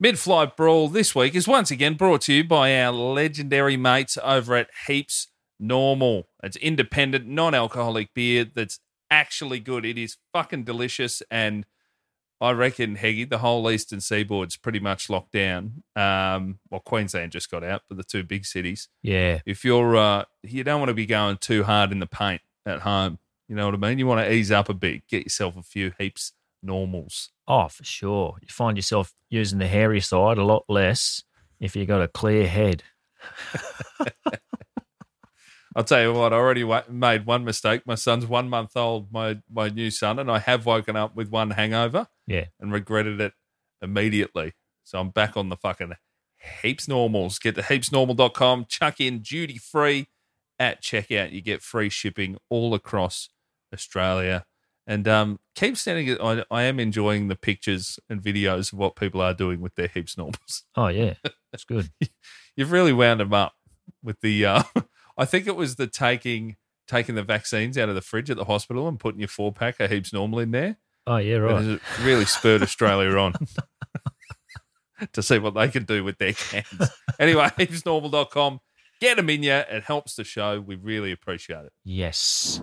Mid Flight Brawl this week is once again brought to you by our legendary mates over at Heaps Normal. It's independent, non alcoholic beer that's actually good. It is fucking delicious. And I reckon, Heggy, the whole eastern seaboard's pretty much locked down. Um, well, Queensland just got out, but the two big cities. Yeah. If you're, uh, you don't want to be going too hard in the paint at home. You know what I mean? You want to ease up a bit, get yourself a few Heaps Normals. Oh, for sure. You find yourself using the hairy side a lot less if you got a clear head. I'll tell you what, I already wa- made one mistake. My son's one month old, my, my new son, and I have woken up with one hangover Yeah. and regretted it immediately. So I'm back on the fucking heaps normals. Get to heapsnormal.com, chuck in duty free at checkout. You get free shipping all across Australia. And um, keep sending it. I, I am enjoying the pictures and videos of what people are doing with their heaps normals Oh, yeah. That's good. you've really wound them up with the uh, I think it was the taking taking the vaccines out of the fridge at the hospital and putting your four pack of heaps normal in there. Oh, yeah, right. And it really spurred Australia on to see what they can do with their cans. Anyway, heapsnormal.com. Get them in ya. It helps the show. We really appreciate it. Yes.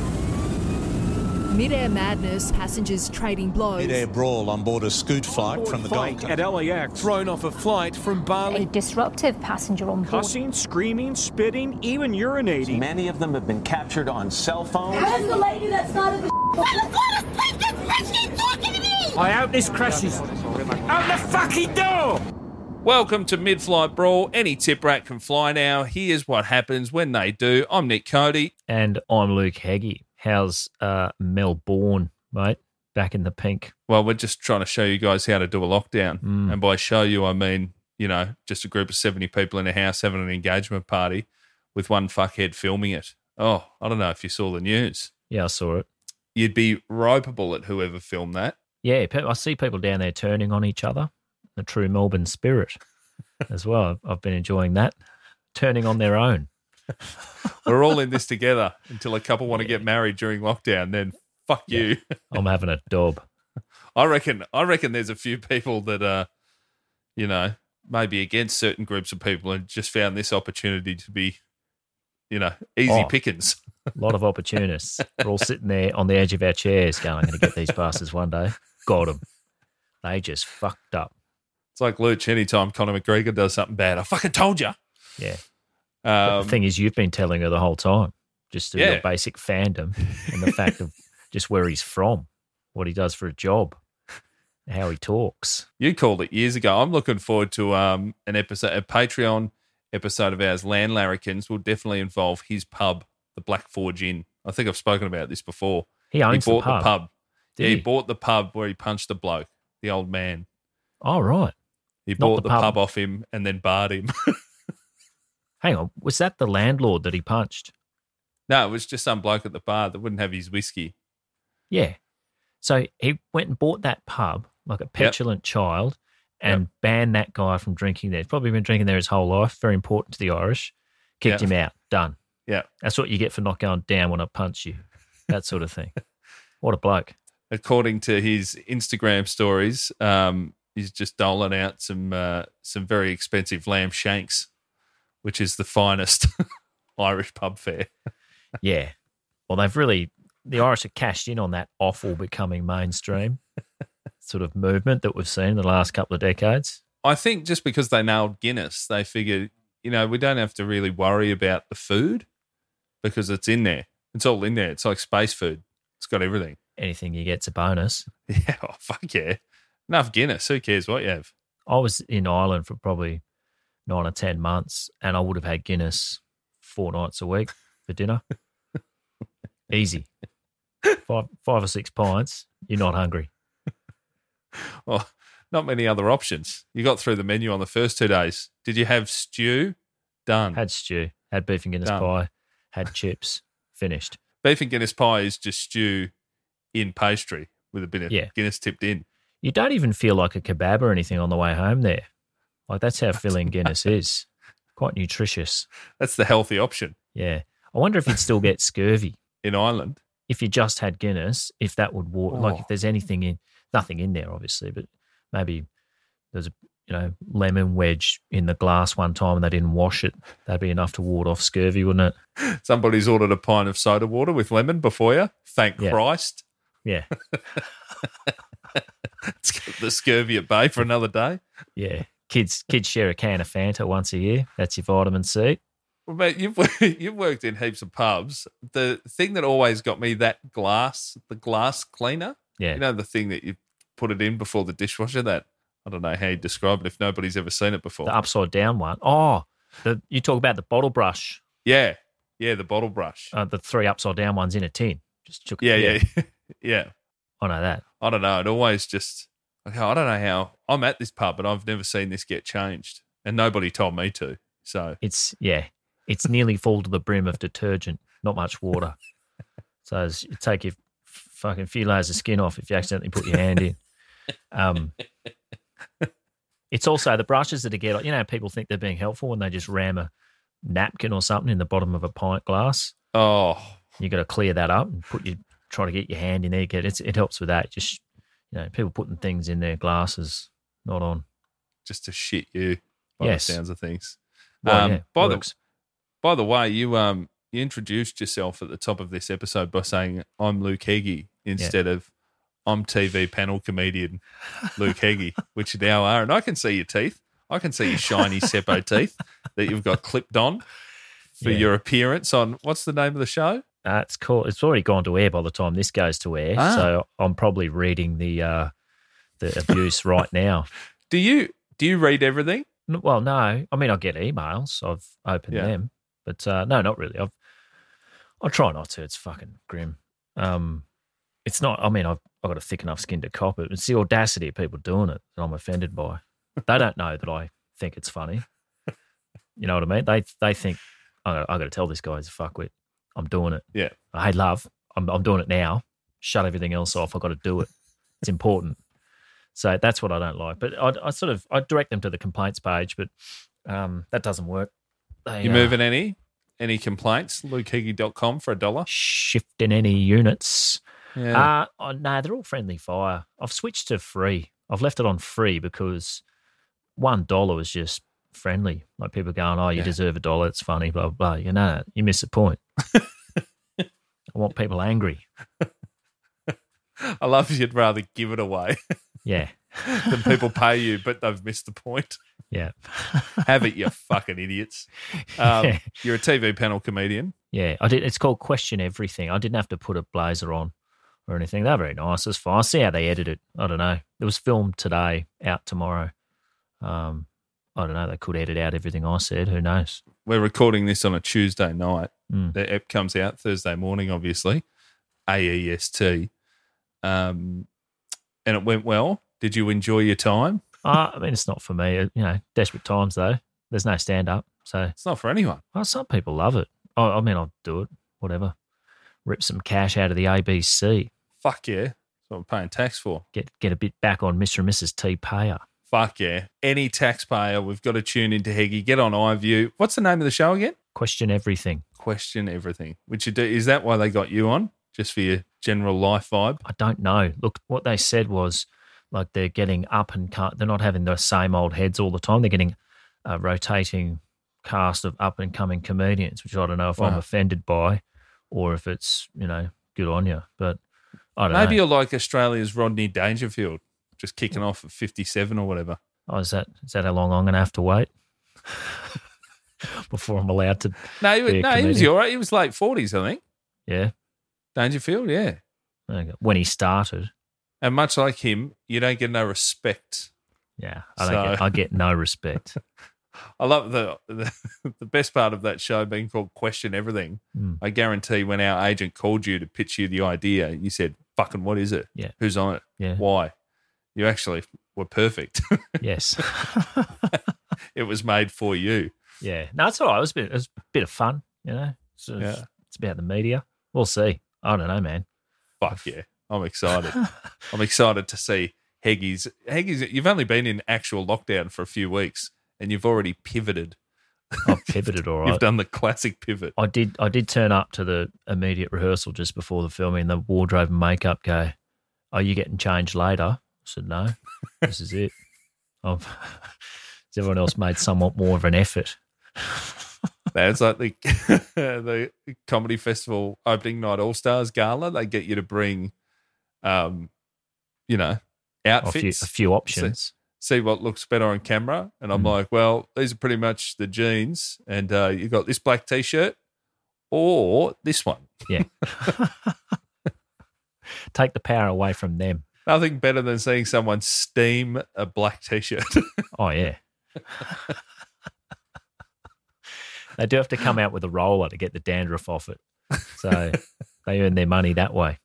Mid-air madness, passengers trading blows. Mid-air brawl on board a scoot flight from the Gold Coast. LAX. Thrown off a flight from A Bali. disruptive passenger on board. screaming, spitting, even urinating. Many of them have been captured on cell phones. Where's the lady that started the I hope this crashes. Out the fucking door! Welcome to Mid Flight Brawl. Any tip rat can fly now. Here's what happens when they do. I'm Nick Cody. And I'm Luke Heggie. How's uh, Melbourne, mate? Back in the pink. Well, we're just trying to show you guys how to do a lockdown. And by show you, I mean, you know, just a group of 70 people in a house having an engagement party with one fuckhead filming it. Oh, I don't know if you saw the news. Yeah, I saw it. you'd be ropeable at whoever filmed that. Yeah, pe- I see people down there turning on each other. The true Melbourne spirit as well. I've- I've been enjoying that. Turning on their own. We're all in this together until a couple want to get married during lockdown. Then fuck you. I'm having a dob. I reckon. I reckon there's a few people that are, you know, maybe against certain groups of people and just found this opportunity to be, you know, easy Oh. pickings. A lot of opportunists. We're all sitting there on the edge of our chairs going, I'm going to get these bastards one day. Got 'em. They just fucked up. It's like Luch. Anytime Conor McGregor does something bad, I fucking told you. Yeah. But Um, the thing is, you've been telling her the whole time, just through Yeah. your basic fandom and the fact of just where he's from, what he does for a job, how he talks. You called it years ago. I'm looking forward to um, an episode, a Patreon episode of ours, Land Larrikins, will definitely involve his pub, the Black Forge Inn. I think I've spoken about this before. He owns he bought the pub. Did yeah, he? he? bought the pub where he punched the bloke, the old man. Oh, right. He Not bought the the, pub. pub. off him and then barred him. Hang on. Was that the landlord that he punched? no, it was just some bloke at the bar that wouldn't have his whiskey. Yeah. So he went and bought that pub like a petulant child and banned that guy from drinking there. He's probably been drinking there his whole life. Very important to the Irish. Kicked Yeah. him out. Done. Yeah. That's what you get for not going down when I punch you. That sort of thing. what a bloke. according to his Instagram stories, um, he's just doling out some uh, some very expensive lamb shanks, which is the finest Irish pub fare. Yeah. Well, they've really, the Irish have cashed in on that awful becoming mainstream sort of movement that we've seen in the last couple of decades. I think just because they nailed Guinness, they figured you know, we don't have to really worry about the food because it's in there. It's all in there. It's like space food. It's got everything. Anything you get's a bonus. Yeah, oh, fuck yeah. Enough Guinness. Who cares what you have? I was in Ireland for probably nine or ten months, and I would have had Guinness four nights a week for dinner. Easy, five five or six pints. You're not hungry. Well, not many other options. You got through the menu on the first two days. Did you have stew? Done. Had stew, had beef and Guinness Done. pie, had chips. Finished. Beef and Guinness pie is just stew in pastry with a bit of Yeah. Guinness tipped in. You don't even feel like a kebab or anything on the way home there. Like that's how filling Guinness is. Quite nutritious. That's the healthy option Yeah. I wonder if you'd still get scurvy in Ireland. if you just had Guinness, if that would war like Oh. if there's anything in nothing in there, obviously, but maybe there's a you know, lemon wedge in the glass one time and they didn't wash it. That'd be enough to ward off scurvy, wouldn't it? Somebody's ordered a pint of soda water with lemon before you. Thank Yeah. Christ. Yeah. It's got the scurvy at bay for another day. Yeah. Kids kids share a can of Fanta once a year. That's your vitamin C. Well, mate, you've you've worked in heaps of pubs. The thing that always got me that glass, the glass cleaner. Yeah. You know the thing that you put it in before the dishwasher. That I don't know how you describe it if nobody's ever seen it before. The uh, upside down one. Oh, the, you talk about the bottle brush. yeah, yeah, the bottle brush. uh, the three upside down ones in a tin. Just took yeah, yeah, yeah, I know that. I don't know. It always just like I don't know how I'm at this pub, but I've never seen this get changed, and nobody told me to. So It's yeah, it's nearly full to the brim of detergent. Not much water. so it's, you take your fucking few layers of skin off if you accidentally put your hand in. Um, it's also the brushes that are get. You know, people think they're being helpful when they just ram a napkin or something in the bottom of a pint glass. oh, You got to clear that up and put your try to get your hand in there. Get it's, it helps with that. Just you know, people putting things in their glasses, not on. just to shit you by Yes. the sounds of things. Well, um, yeah, by the works. By the way, you um you introduced yourself at the top of this episode by saying I'm Luke Heggie instead of I'm TV panel comedian Luke Heggie, which you now are, and I can see your teeth. I can see your shiny Seppo teeth that you've got clipped on for Yeah. your appearance on what's the name of the show? Uh, it's cool. It's already gone to air by the time this goes to air, Ah. so I'm probably reading the uh, the abuse right now. Do you do you read everything? N- Well, no, I mean I get emails. I've opened Yeah. them, but uh, no, not really. I've I try not to. It's fucking grim. Um, it's not. I mean, I've I've got a thick enough skin to cop it. It's the audacity of people doing it that I'm offended by. They don't know that I think it's funny. You know what I mean? They they think I I got to tell this guy he's a fuckwit. I'm doing it. Yeah. Hey, love, I'm I'm doing it now. Shut everything else off. I got to do it. It's important. So that's what I don't like. But I, I sort of I direct them to the complaints page, but um, that doesn't work. They, You uh, moving any any complaints? LukeHeggie.com for a dollar. shifting any units. Yeah. Uh, oh, no, they're all friendly fire. I've switched to free. I've left it on free because one dollar is just friendly. Like people going, "Oh, you Yeah. deserve a dollar. It's funny." Blah blah. blah. You know, you miss the point. I want people angry. Ah. I love you'd rather give it away Yeah, than people pay you, but they've missed the point. yeah, Have it, you fucking idiots. Um, Yeah. You're a TV panel comedian. yeah. I did. It's called question everything. I didn't have to put a blazer on or anything. They're very nice. It's fine. I see how they edit it. I don't know. It was filmed today, out tomorrow. Um, I don't know. They could edit out everything I said. Who knows? We're recording this on a Tuesday night. Mm. The app comes out Thursday morning, obviously. AEST. Um, and it went well. Did you enjoy your time? Uh, I mean, it's not for me. You know, desperate times though. There's no stand up, so It's not for anyone. well, some people love it. I, I mean, I'll do it, whatever. Rip some cash out of the ABC. Fuck yeah. That's what I'm paying tax for. Get get a bit back on Mr. and Mrs. T Payer. Fuck yeah. Any taxpayer, we've got to tune into Heggy. Get on iView. What's the name of the show again? Question everything. Question Everything. Which you do. Is that why they got you on? Just for your general life vibe? I don't know. Look, what they said was like they're getting up and cut. They're not having the same old heads all the time. They're getting a rotating cast of up and coming comedians, which I don't know if I'm Wow. offended by, or if it's you know good on you. But I don't know. Maybe you're like Australia's Rodney Dangerfield, just kicking off at 57 or whatever. Oh, is that is that how long I'm going to have to wait? before I'm allowed to. No, he, was- be a no, he was comedian. all right. He was late forties, I think. Yeah. Dangerfield, yeah. Okay. When he started, And much like him, you don't get no respect. yeah, I don't So- get, I get no respect. I love the, the the best part of that show being called Question Everything. Mm. I guarantee when our agent called you to pitch you the idea, you said, "Fucking what is it? Yeah. who's on it? Yeah. Why?" You actually were perfect. yes. it was made for you. yeah. No, it's all right. It was a bit, it was a bit of fun, you know. It's, Yeah. it's about the media. We'll see. I don't know, man. Fuck yeah! I'm excited. I'm excited to see Heggy's. Heggy's. You've only been in actual lockdown for a few weeks, and you've already pivoted. I've pivoted all right. You've done the classic pivot. I did. I did turn up to the immediate rehearsal just before the filming. The wardrobe and makeup guy, "Are you getting changed later?" I said, "No, this is it." I've, everyone else made somewhat more of an effort. That's like the the comedy festival opening night all stars gala. They get you to bring, um, you know, A few, a outfits, few options. see what looks better on camera, and I'm Mm. like, well, these are pretty much the jeans, and uh, you got this black t-shirt or this one. Yeah. Take the power away from them. Nothing better than seeing someone steam a black t-shirt. Oh yeah. they do have to come out with a roller to get the dandruff off it, so they earn their money that way.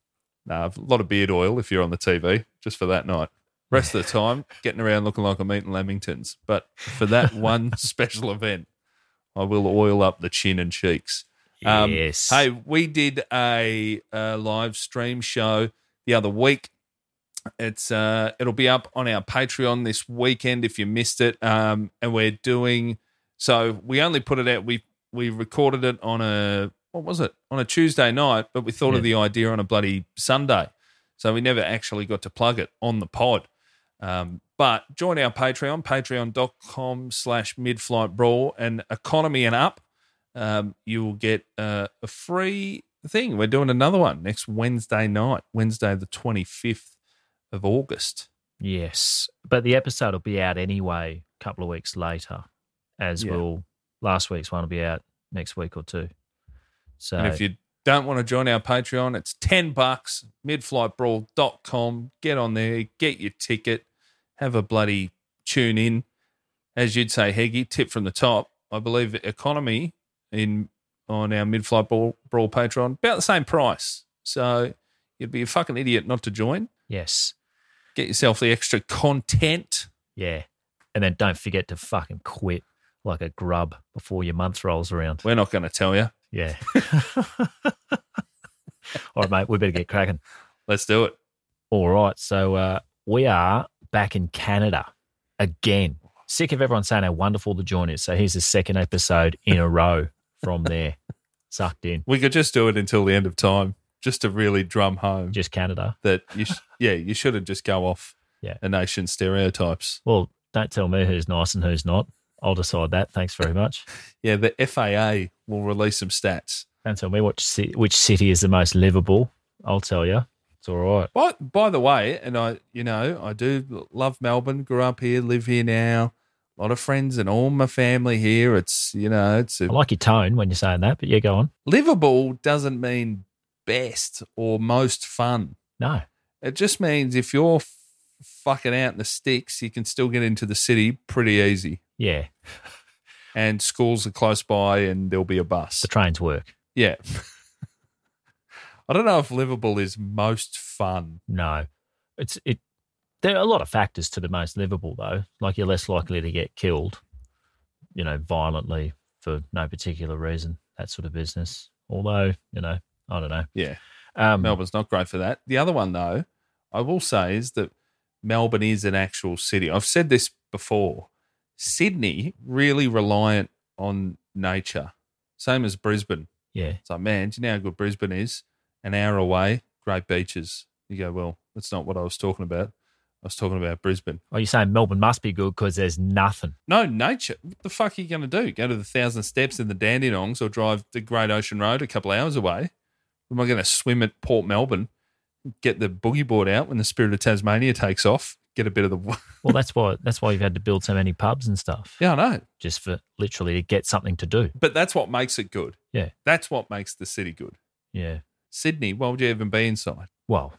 nah, a lot of beard oil if you're on the TV just for that night. Rest of the time, getting around looking like I'm eating lamingtons. But for that one special event, I will oil up the chin and cheeks. Um, yes. Hey, we did a, uh live stream show the other week. It's uh, it'll be up on our Patreon this weekend if you missed it. Um, and we're doing so we only put it out. We we recorded it on a what was it on a Tuesday night, but we thought of the idea on a bloody Sunday, so we never actually got to plug it on the pod. Um, but join our Patreon, patreon.com slash midflight brawl and economy and up um, you will get uh, a free thing. We're doing another one next Wednesday night, Wednesday the 25th of August. Yes, but the episode will be out anyway a couple of weeks later, as Yeah. will last week's one will be out next week or two. So And if you don't want to join our Patreon, it's 10 bucks, midflightbrawl.com. Get on there, get your ticket, have a bloody tune in. As you'd say, Heggy, tip from the top. I believe economy in on our midflight brawl, brawl Patreon, about the same price. So you'd be a fucking idiot not to join. yes, Get yourself the extra content. yeah, and then don't forget to fucking quit like a grub before your month rolls around. We're not going to tell you. Yeah. All right, mate, we better get cracking. Let's do it. All right. So uh, we are back in Canada again. Sick of everyone saying how wonderful the joint is. So here's the second episode in a row from there, sucked in. We could just do it until the end of time, just to really drum home Just Canada. that you, sh- yeah, you shouldn't just go off Yeah. a nation's stereotypes. Well, don't tell me who's nice and who's not. I'll decide that. Thanks very much. Yeah, the FAA will release some stats. Don't tell me which ci- which city is the most livable. I'll tell you. It's all right. By, by the way, and I, you know, I do love Melbourne. Grew up here, live here now. A lot of friends and all my family here. It's you know, it's a, I like your tone when you're saying that, but yeah, go on. livable doesn't mean best or most fun. No, It just means if you're f- fucking out in the sticks, you can still get into the city pretty easy. yeah, and schools are close by and there'll be a bus. the trains work. Yeah. I don't know if livable is most fun. No, it's it. There are a lot of factors to the most livable though. Like you're less likely to get killed, you know, violently for no particular reason. That sort of business. Although you know, I don't know. Yeah. Um, Melbourne's not great for that. The other one, though, I will say is that Melbourne is an actual city. I've said this before. Sydney, really reliant on nature, same as Brisbane. Yeah, It's like, man, do you know how good Brisbane is? An hour away, great beaches. You go, well, that's not what I was talking about. I was talking about Brisbane. Are you saying Melbourne must be good because there's nothing? No, nature. What the fuck are you going to do? Go to the thousand steps in the Dandenongs or drive the Great Ocean Road a couple hours away? Am I going to swim at Port Melbourne, get the boogie board out when the Spirit of Tasmania takes off, get a bit of the. Well, that's why that's why you've had to build so many pubs and stuff, yeah, I know. just for literally to get something to do. But that's what makes it good. Yeah, That's what makes the city good. yeah. Sydney, why would you even be inside? Well,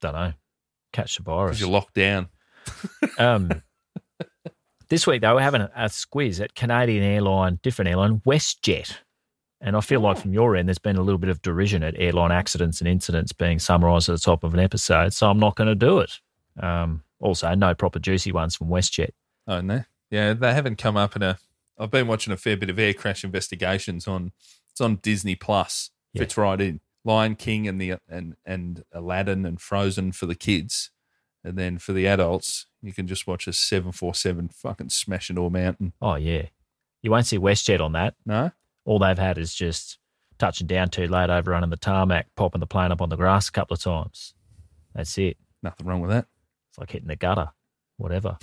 don't know. Catch the virus. Because you're locked down. Um, this week, though, we're having a, a squiz at Canadian airline, different airline, WestJet. And I feel like from your end, there's been a little bit of derision at airline accidents and incidents being summarised at the top of an episode. So I'm not going to do it. Um, also, no proper juicy ones from WestJet. Oh no, yeah, they haven't come up in a. I've been watching a fair bit of air crash investigations on. It's on Disney Plus. Yeah. Fits right in. Lion King and the and and Aladdin and Frozen for the kids, and then for the adults, you can just watch a seven four seven fucking smashing all mountain. Oh, yeah. You won't see WestJet on that. No, All they've had is just touching down too late, overrunning the tarmac, popping the plane up on the grass a couple of times. That's it. nothing wrong with that. It's like hitting the gutter, whatever.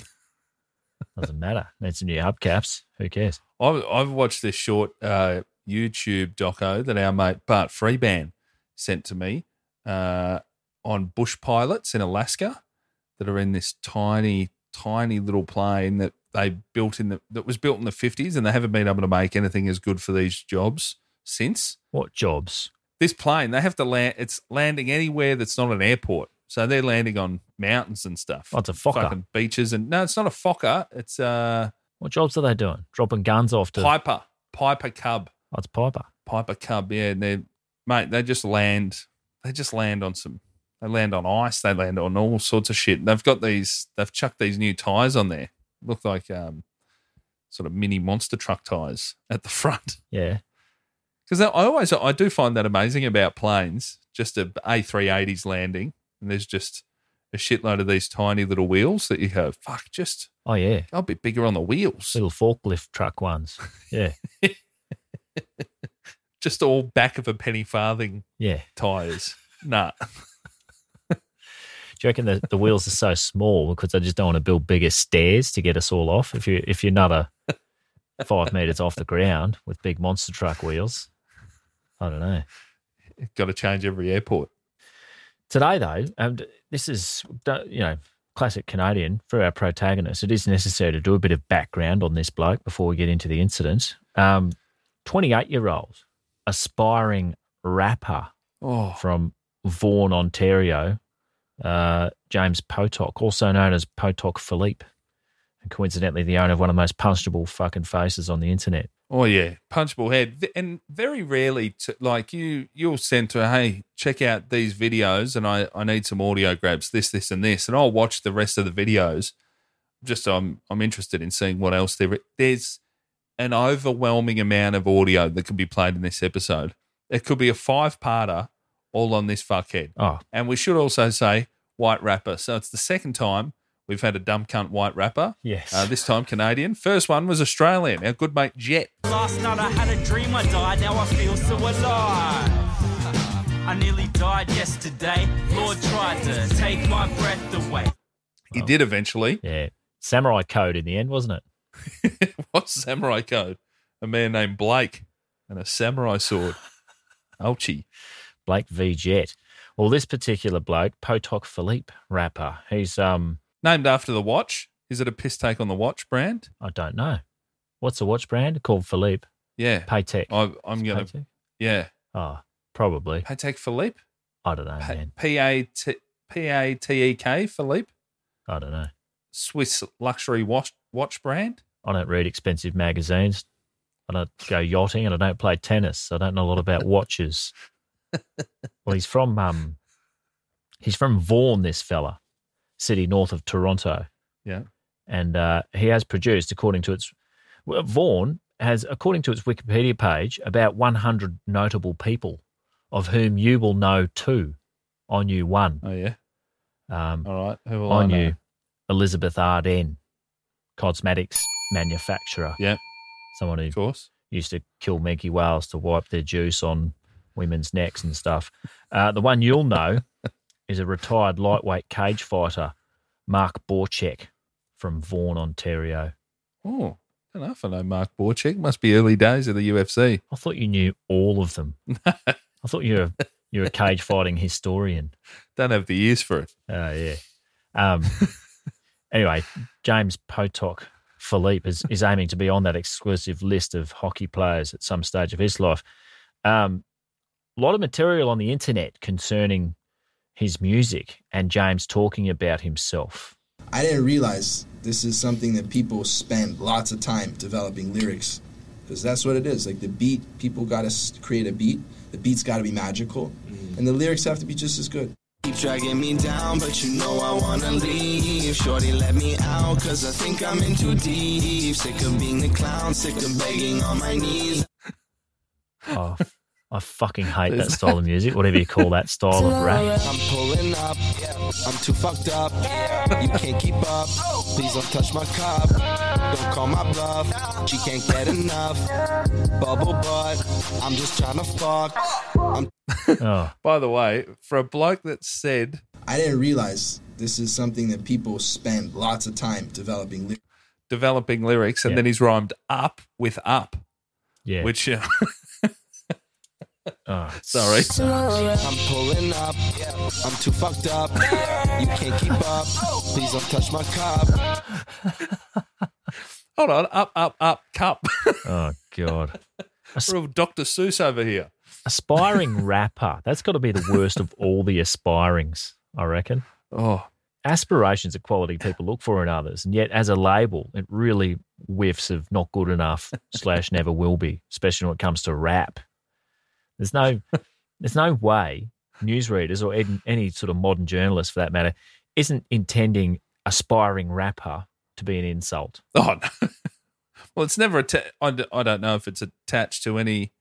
Doesn't matter. Need some new hubcaps. Who cares? I've, I've watched this short uh, YouTube doco that our mate Bart Freeban sent to me uh, on bush pilots in Alaska that are in this tiny, tiny little plane that they built in the that was built in the fifties, and they haven't been able to make anything as good for these jobs since. What jobs? This plane, they have to land. It's landing anywhere that's not an airport, so they're landing on mountains and stuff. Oh, it's a Fokker. Fucking beaches, and no, it's not a Fokker. It's a What jobs are they doing? Dropping guns off to. Piper, Piper Cub. Oh, it's Piper. Piper Cub, yeah, and they mate, they just land they just land on some they land on ice, they land on all sorts of shit. They've got these they've chucked these new tires on there. Look like um sort of mini monster truck tires at the front. Yeah. Because I always I do find that amazing about planes, just a A three eighties landing, and there's just a shitload of these tiny little wheels that you go, fuck, just Oh, yeah. go a bit bigger on the wheels. Little forklift truck ones. Yeah. Just all back of a penny farthing Yeah. tires. nah. Do you reckon the, the wheels are so small because they just don't want to build bigger stairs to get us all off? If, you, if you're another five meters off the ground with big monster truck wheels, I don't know. Got to change every airport. Today, though, um, d- this is d- you know classic Canadian for our protagonist. It is necessary to do a bit of background on this bloke before we get into the incident. Um, Twenty-eight-year-old aspiring rapper Oh, from Vaughan, Ontario, uh, James Potok, also known as Potok Philippe, and coincidentally the owner of one of the most punchable fucking faces on the internet. Oh yeah, punchable head, Th- and very rarely, to, like you, you'll send to, hey, check out these videos, and I, I need some audio grabs, this, this, and this, and I'll watch the rest of the videos. Just so I'm, I'm interested in seeing what else there. There's an overwhelming amount of audio that could be played in this episode. It could be a five-parter, all on this fuckhead. Oh, And we should also say white rapper. So it's the second time we've had a dumb cunt white rapper. Yes. Uh, this time Canadian. First one was Australian. Our good mate Jet. Last night I had a dream I died, now I feel so alive. I nearly died yesterday. Lord tried to take my breath away. He did eventually. yeah, Samurai Code in the end, wasn't it? What's Samurai Code? A man named Blake and a samurai sword. Ouchie. Blake V Jet. Well, this particular bloke, Potok Philippe, rapper, he's um, Named after the watch. Is it a piss take on the watch brand? I don't know, what's the watch brand called? Philippe Yeah. Paytech. I, I'm going to. Paytech? Yeah. Oh, probably. Patek Philippe. I don't know, man. P A T P A T E K Philippe. I don't know. Swiss luxury watch, watch brand. I don't read expensive magazines. I don't go yachting, and I don't play tennis. so I don't know a lot about watches. well, he's from um, he's from Vaughan. This fella, city north of Toronto. Yeah. and uh, he has produced, according to its well, Vaughan has, according to its Wikipedia page, about 100 notable people, of whom you will know two. I knew one. Oh, yeah. Um, All right. Who will I, I know? knew Elizabeth Arden, cosmetics manufacturer. Yeah. someone who Of course. used to kill minke whales to wipe their juice on women's necks and stuff. Uh, the one you'll know is a retired lightweight cage fighter, Mark Borchek from Vaughan, Ontario. Oh, I don't know if I know Mark Borchek. Must be early days of the UFC. I thought you knew all of them. I thought you're a, you're a cage fighting historian. Don't have the ears for it. Oh yeah. Oh, Um, Anyway, James Potok Philippe is, is aiming to be on that exclusive list of hockey players at some stage of his life. Um, a lot of material on the internet concerning his music and James talking about himself. I didn't realize this is something that people spend lots of time developing lyrics because that's what it is. Like the beat, people got to create a beat. The beat's got to be magical, and the lyrics have to be just as good. Mm-hmm. Keep dragging me down, but you know I wanna leave. Shorty, let me out, cause I think I'm in too deep. Sick of being the clown, sick of begging on my knees. Oh, I fucking hate that style of music, whatever you call that style of rap. I'm pulling up, I'm too fucked up. You can't keep up, please don't touch my cup. Don't call my bluff, she can't get enough. Bubble butt, I'm just trying to fuck. I'm Oh, By the way, for a bloke that said I didn't realize this is something that people spend lots of time developing lyrics. developing lyrics and Yeah. then he's rhymed up with up, yeah. which uh, oh, sorry. I'm pulling up, I'm too fucked up. You can't keep up, please don't touch my cup. Hold on, up, up, up, cup. oh god. Real Dr. Seuss over here. Aspiring rapper. That's got to be the worst of all the aspirings, I reckon. Oh, Aspirations are quality people look for in others, and yet as a label, it really whiffs of not good enough slash never will be, especially when it comes to rap. There's no, there's no way newsreaders or any, any sort of modern journalist, for that matter, isn't intending aspiring rapper to be an insult. oh. No. well, it's never. Atta- I, d- I don't know if it's attached to any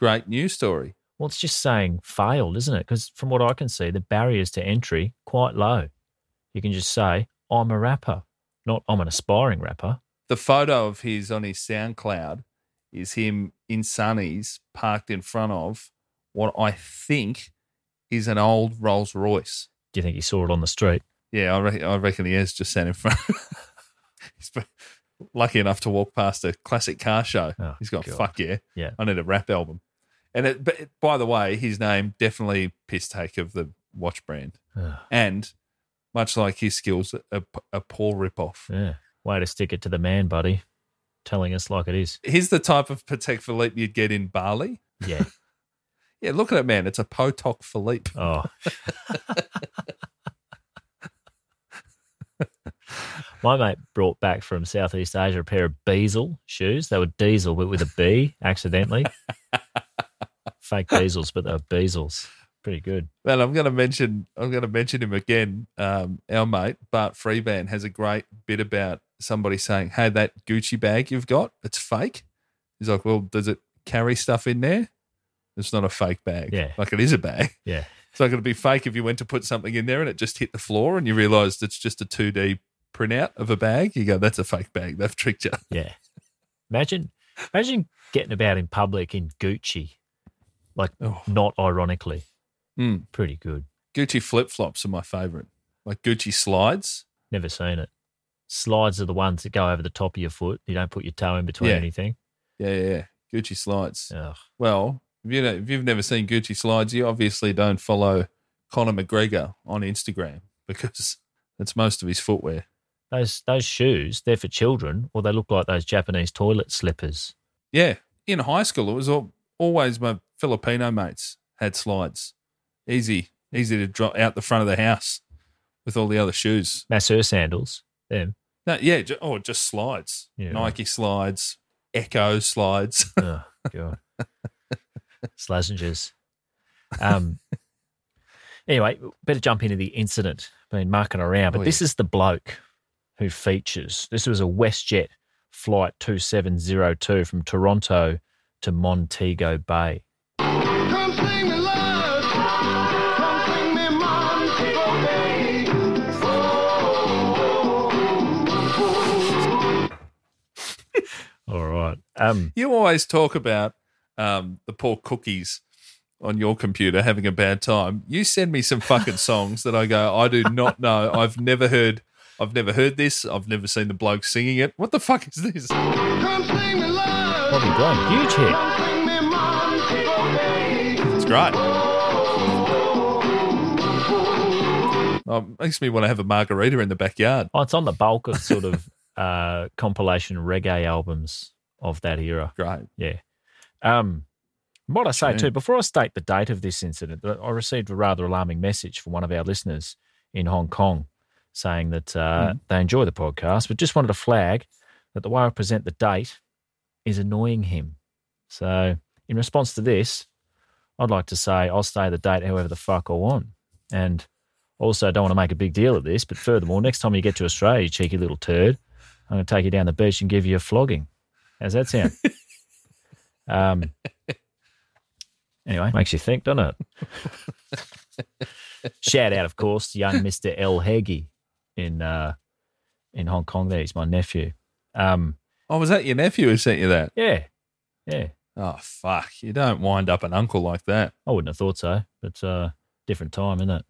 great news story. Well, it's just saying failed, isn't it? Because from what I can see, the barriers to entry quite low. You can just say I'm a rapper, not I'm an aspiring rapper. The photo of his on his SoundCloud is him in sunnies parked in front of what I think is an old Rolls Royce. Do you think he saw it on the street? Yeah, I, re- I reckon he has just sat in front. He's been lucky enough to walk past a classic car show. Oh, He's got God. fuck yeah, Yeah. I need a rap album. And it, but it- by the way, his name definitely piss take of the watch brand, Ugh. and much like his skills, a, a poor rip off. Yeah, way to stick it to the man, buddy. Telling us like it is. He's the type of Patek Philippe you'd get in Bali. Yeah. Yeah, look at it, man. It's a Potok Philippe. Oh. My mate brought back from Southeast Asia a pair of Bezel shoes. They were diesel, but with a B accidentally. Fake diesels, but they were Bezels. Pretty good. Man, I'm going to mention I'm going to mention him again. Um, our mate Bart Freeban has a great bit about somebody saying, "Hey, that Gucci bag you've got, it's fake." He's like, "Well, does it carry stuff in there?" It's not a fake bag. Yeah. like it is a bag. Yeah. It's not going to be fake if you went to put something in there and it just hit the floor and you realised it's just a 2D printout of a bag. You go, "That's a fake bag. They've tricked you." Yeah. Imagine imagine getting about in public in Gucci. Like Oh. not ironically. Mm. Pretty good. Gucci flip flops are my favourite. Like Gucci slides. Never seen it. Slides are the ones that go over the top of your foot. You don't put your toe in between Yeah. anything. Yeah, yeah, yeah. Gucci slides. Ugh. Well, if, you know, if you've never seen Gucci slides, you obviously don't follow Conor McGregor on Instagram because that's most of his footwear. Those those shoes, they're for children, or they look like those Japanese toilet slippers. Yeah, in high school, it was all, always my Filipino mates had slides. Easy, easy to drop out the front of the house with all the other shoes. Masseur sandals. Them. No, yeah, ju- oh, just slides. Yeah. Nike slides, Echo slides. oh god. Slazengers. Um anyway, better jump into the incident. Been mucking around. But Oh, this is the bloke who features. This was a WestJet flight two seven zero two from Toronto to Montego Bay. Come sing me love. Come sing me Montego Bay. All right. Um You always talk about um, the poor cookies on your computer having a bad time. You send me some fucking songs that I go, I do not know. I've never heard. I've never heard this. I've never seen the bloke singing it. What the fuck is this? Come sing me love. Bobby Brown, huge hit. Come sing me Montego Bay. It's great. Um, makes me want to have a margarita in the backyard. Oh, it's on the bulk of sort of uh, compilation reggae albums of that era. Great. Yeah. Um, what I say too, before I state the date of this incident, I received a rather alarming message from one of our listeners in Hong Kong saying that uh, they enjoy the podcast, but just wanted to flag that the way I present the date is annoying him. So, in response to this, I'd like to say I'll stay the date however the fuck I want. And also, don't want to make a big deal of this, but furthermore, next time you get to Australia, you cheeky little turd, I'm going to take you down the beach and give you a flogging. How's that sound? um, anyway, makes you think, doesn't it? Shout out, of course, to young Mr. L. Heggie in uh, in Hong Kong. There, he's my nephew. Um, Oh, was that your nephew who sent you that? yeah, yeah. Oh, fuck. You don't wind up an uncle like that. I wouldn't have thought so, but uh, different time, isn't it?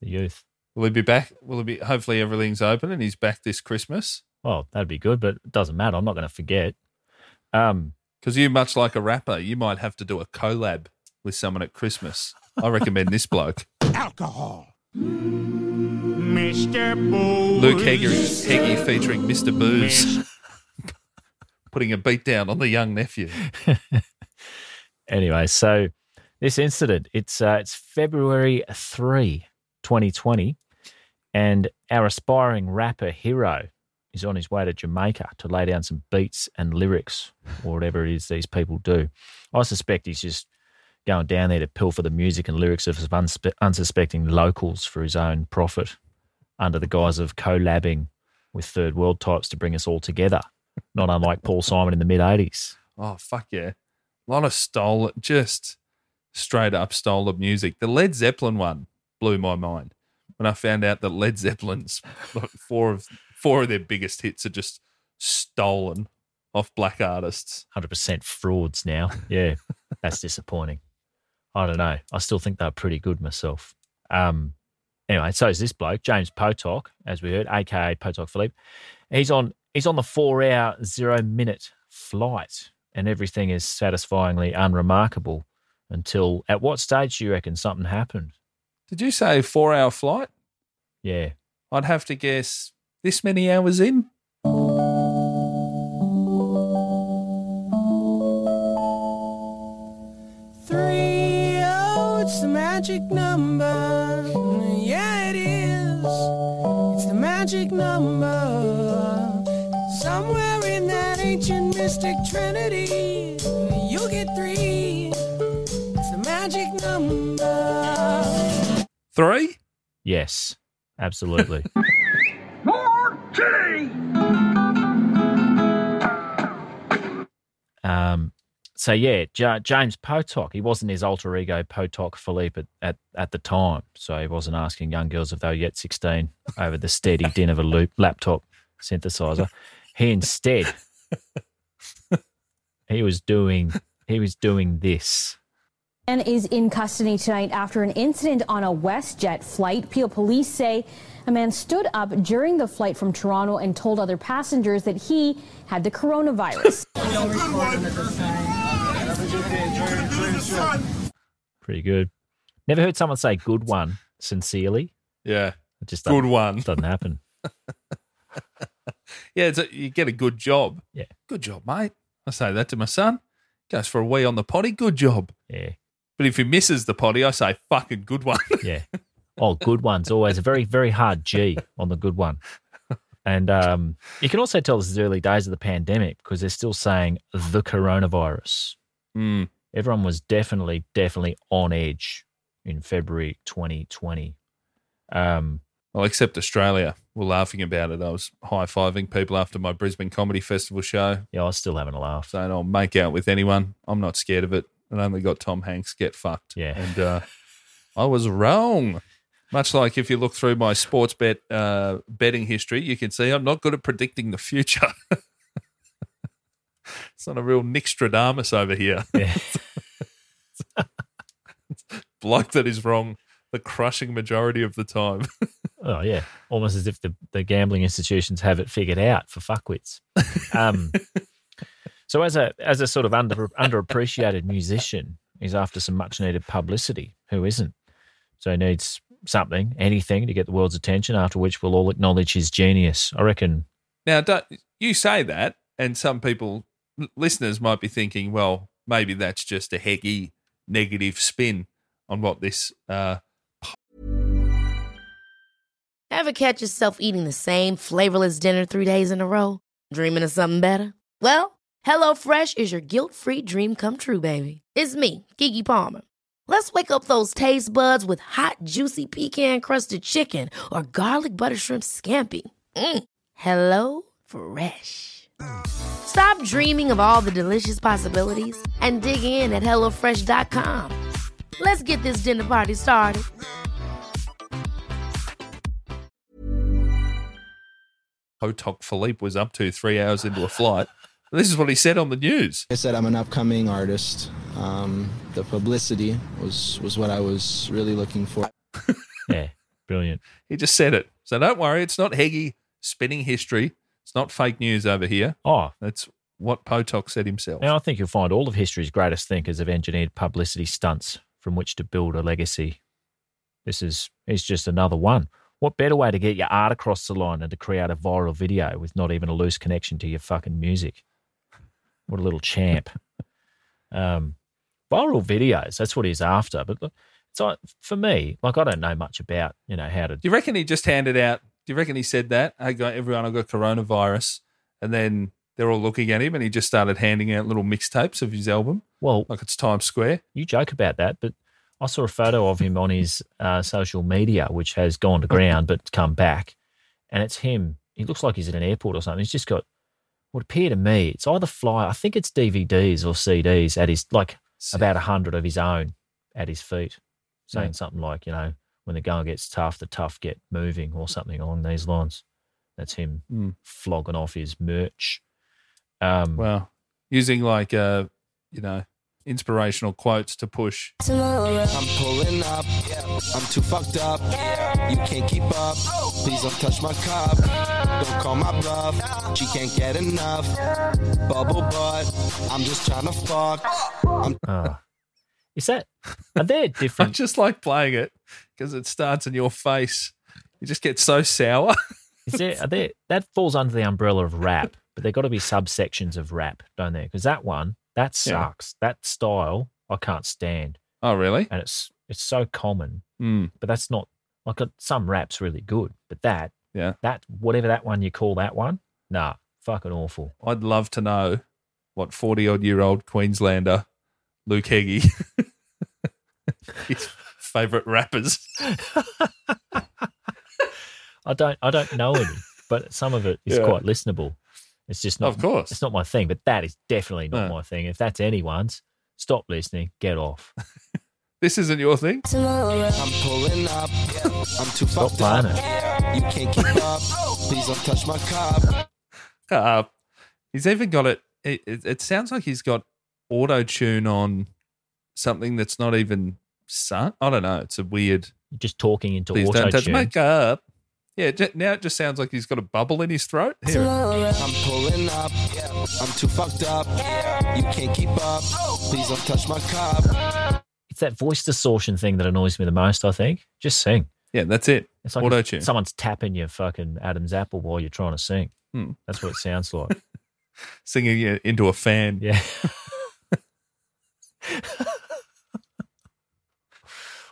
The youth. Will he be back? Will he be? Hopefully, everything's open and he's back this Christmas. Well, that'd be good, but it doesn't matter. I'm not going to forget. Um, Because you, much like a rapper, you might have to do a collab with someone at Christmas. I recommend this bloke, Alcohol. Mr. Booze. Luke Heggie, Heggie featuring Mr. Booze, putting a beat down on the young nephew. anyway, so this incident, it's uh, it's February 3, 2020, and our aspiring rapper hero is on his way to Jamaica to lay down some beats and lyrics or whatever it is these people do. I suspect he's just going down there to pilfer the music and lyrics of some unspe- unsuspecting locals for his own profit under the guise of collabing with third world types to bring us all together, not unlike Paul Simon in the mid 80s. Oh, fuck yeah. A lot of stolen, just straight up stolen music. The Led Zeppelin one blew my mind when I found out that Led Zeppelin's like, four of four of their biggest hits are just stolen off black artists. hundred percent frauds now. Yeah, that's disappointing. I don't know. I still think they're pretty good myself. Um, anyway, so is this bloke James Potok, as we heard, aka Potok Philippe. He's on. He's on the four-hour, zero-minute flight, and everything is satisfyingly unremarkable until. At what stage do you reckon something happened? Did you say four hour flight? Yeah, I'd have to guess this many hours in. Three, oh, it's the magic number. Yeah, it is. It's the magic number. Somewhere in that ancient mystic trinity, you get three. It's the magic number. Three? yes, absolutely. Um, so yeah, J- James Potok, he wasn't his alter ego Potok Philippe at, at, at the time. So he wasn't asking young girls if they were yet 16 over the steady din of a loop laptop synthesizer. He instead, he was doing, he was doing this. Man is in custody tonight after an incident on a WestJet flight. Peel police say a man stood up during the flight from Toronto and told other passengers that he had the coronavirus. Pretty good. Never heard someone say good one sincerely. Yeah. It just Good doesn't, one. doesn't happen. Yeah, it's a, you get a good job. Yeah. Good job, mate. I say that to my son. Goes for a wee on the potty. Good job. Yeah. But if he misses the potty, I say, fucking good one. Yeah. Oh, good one's always a very, very hard G on the good one. And um, you can also tell this is early days of the pandemic because they're still saying the coronavirus. Hmm. Everyone was definitely, definitely on edge in February 2020. Um, Well, except Australia. We're laughing about it. I was high fiving people after my Brisbane Comedy Festival show, yeah, I was still having a laugh. saying, I'll make out with anyone. I'm not scared of it. And only got Tom Hanks get fucked. Yeah. And uh, I was wrong. Much like if you look through my sports bet uh, betting history, you can see I'm not good at predicting the future. it's not a real Nixtradamus over here. Yeah. Bloke that is wrong the crushing majority of the time. Oh, yeah. Almost as if the, the gambling institutions have it figured out for fuckwits. Um, so, as a as a sort of under underappreciated musician, he's after some much needed publicity. Who isn't? So he needs something, anything to get the world's attention, after which we'll all acknowledge his genius. I reckon. Now, don't, you say that, and some people, l- listeners, might be thinking, well, maybe that's just a hecky negative spin on what this. Uh, Ever catch yourself eating the same flavorless dinner three days in a row? Dreaming of something better? Well, HelloFresh is your guilt free dream come true, baby. It's me, Kiki Palmer. Let's wake up those taste buds with hot, juicy pecan crusted chicken or garlic butter shrimp scampi. Mm. Hello Fresh. Stop dreaming of all the delicious possibilities and dig in at HelloFresh.com. Let's get this dinner party started. Potok Philippe was up to three hours into a flight. This is what he said on the news. I said I'm an upcoming artist. Um, the publicity was was what I was really looking for. yeah, brilliant. He just said it. So don't worry, it's not Heggie spinning history. It's not fake news over here. Oh, that's what Potok said himself. Now I think you'll find all of history's greatest thinkers have engineered publicity stunts from which to build a legacy. This is it's just another one. What better way to get your art across the line than to create a viral video with not even a loose connection to your fucking music? What a little champ. um, viral videos, that's what he's after. But look, it's like, for me, like I don't know much about, you know, how to. Do you reckon he just handed out? Do you reckon he said that? I got everyone. I got coronavirus, and then they're all looking at him, and he just started handing out little mixtapes of his album. Well, like it's Times Square. You joke about that, but I saw a photo of him on his uh, social media, which has gone to ground but come back. And it's him. He looks like he's in an airport or something. He's just got what appear to me, it's either fly, I think it's DVDs or CDs at his, like about a 100 of his own at his feet, saying Yeah. something like, you know, when the going gets tough, the tough get moving or something along these lines. That's him Mm. flogging off his merch. Um, Well, using like uh, you know, inspirational quotes to push. I'm pulling up. I'm too fucked up. You can't keep up. Please don't touch my cup. Don't call my bluff. She can't get enough. Bubble butt. I'm just trying to fuck. I'm Ah. is that, are there I different? just like playing it because it starts in your face. You just get so sour. Is there, are there, that falls under the umbrella of rap, but there got to be subsections of rap, don't there? Because that one, that Yeah. sucks. That style, I can't stand. Oh, really? And it's it's so common, Mm. but that's not like uh, some rap's really good, but that Yeah. that whatever that one you call that one, nah, fucking awful. I'd love to know what 40 odd year old Queenslander Luke Heggie, his favourite rappers. I don't I don't know any, but some of it is Yeah. quite listenable. It's just not Of course. it's not my thing, but that is definitely not No. my thing. If that's anyone's, stop listening, get off. This isn't your thing. I'm pulling up. I'm too Stop fucked playing up. it. You can't keep up. Please don't touch my cup. Uh, he's even got it, it. it- It sounds like he's got auto tune on something that's not even sung. I don't know. It's a weird. You're just talking into Please don't auto touch my tune. cup. Yeah, ju- now it just sounds like he's got a bubble in his throat. Here. I'm pulling up. I'm too fucked up. You can't keep up. Please don't touch my cup. It's that voice distortion thing that annoys me the most, I think. Just sing. Yeah, that's it. It's like auto if tune. someone's tapping your fucking Adam's apple while you're trying to sing. Hmm. That's what it sounds like. Singing it into a fan. Yeah.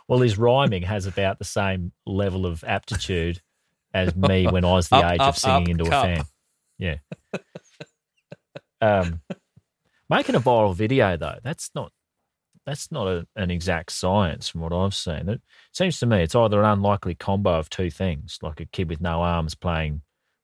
well, his rhyming has about the same level of aptitude as me when I was the Up, age up, of singing up, into cup. a fan. Yeah. um, making a viral video though, that's not that's not a, an exact science from what I've seen. It seems to me it's either an unlikely combo of two things, like a kid with no arms playing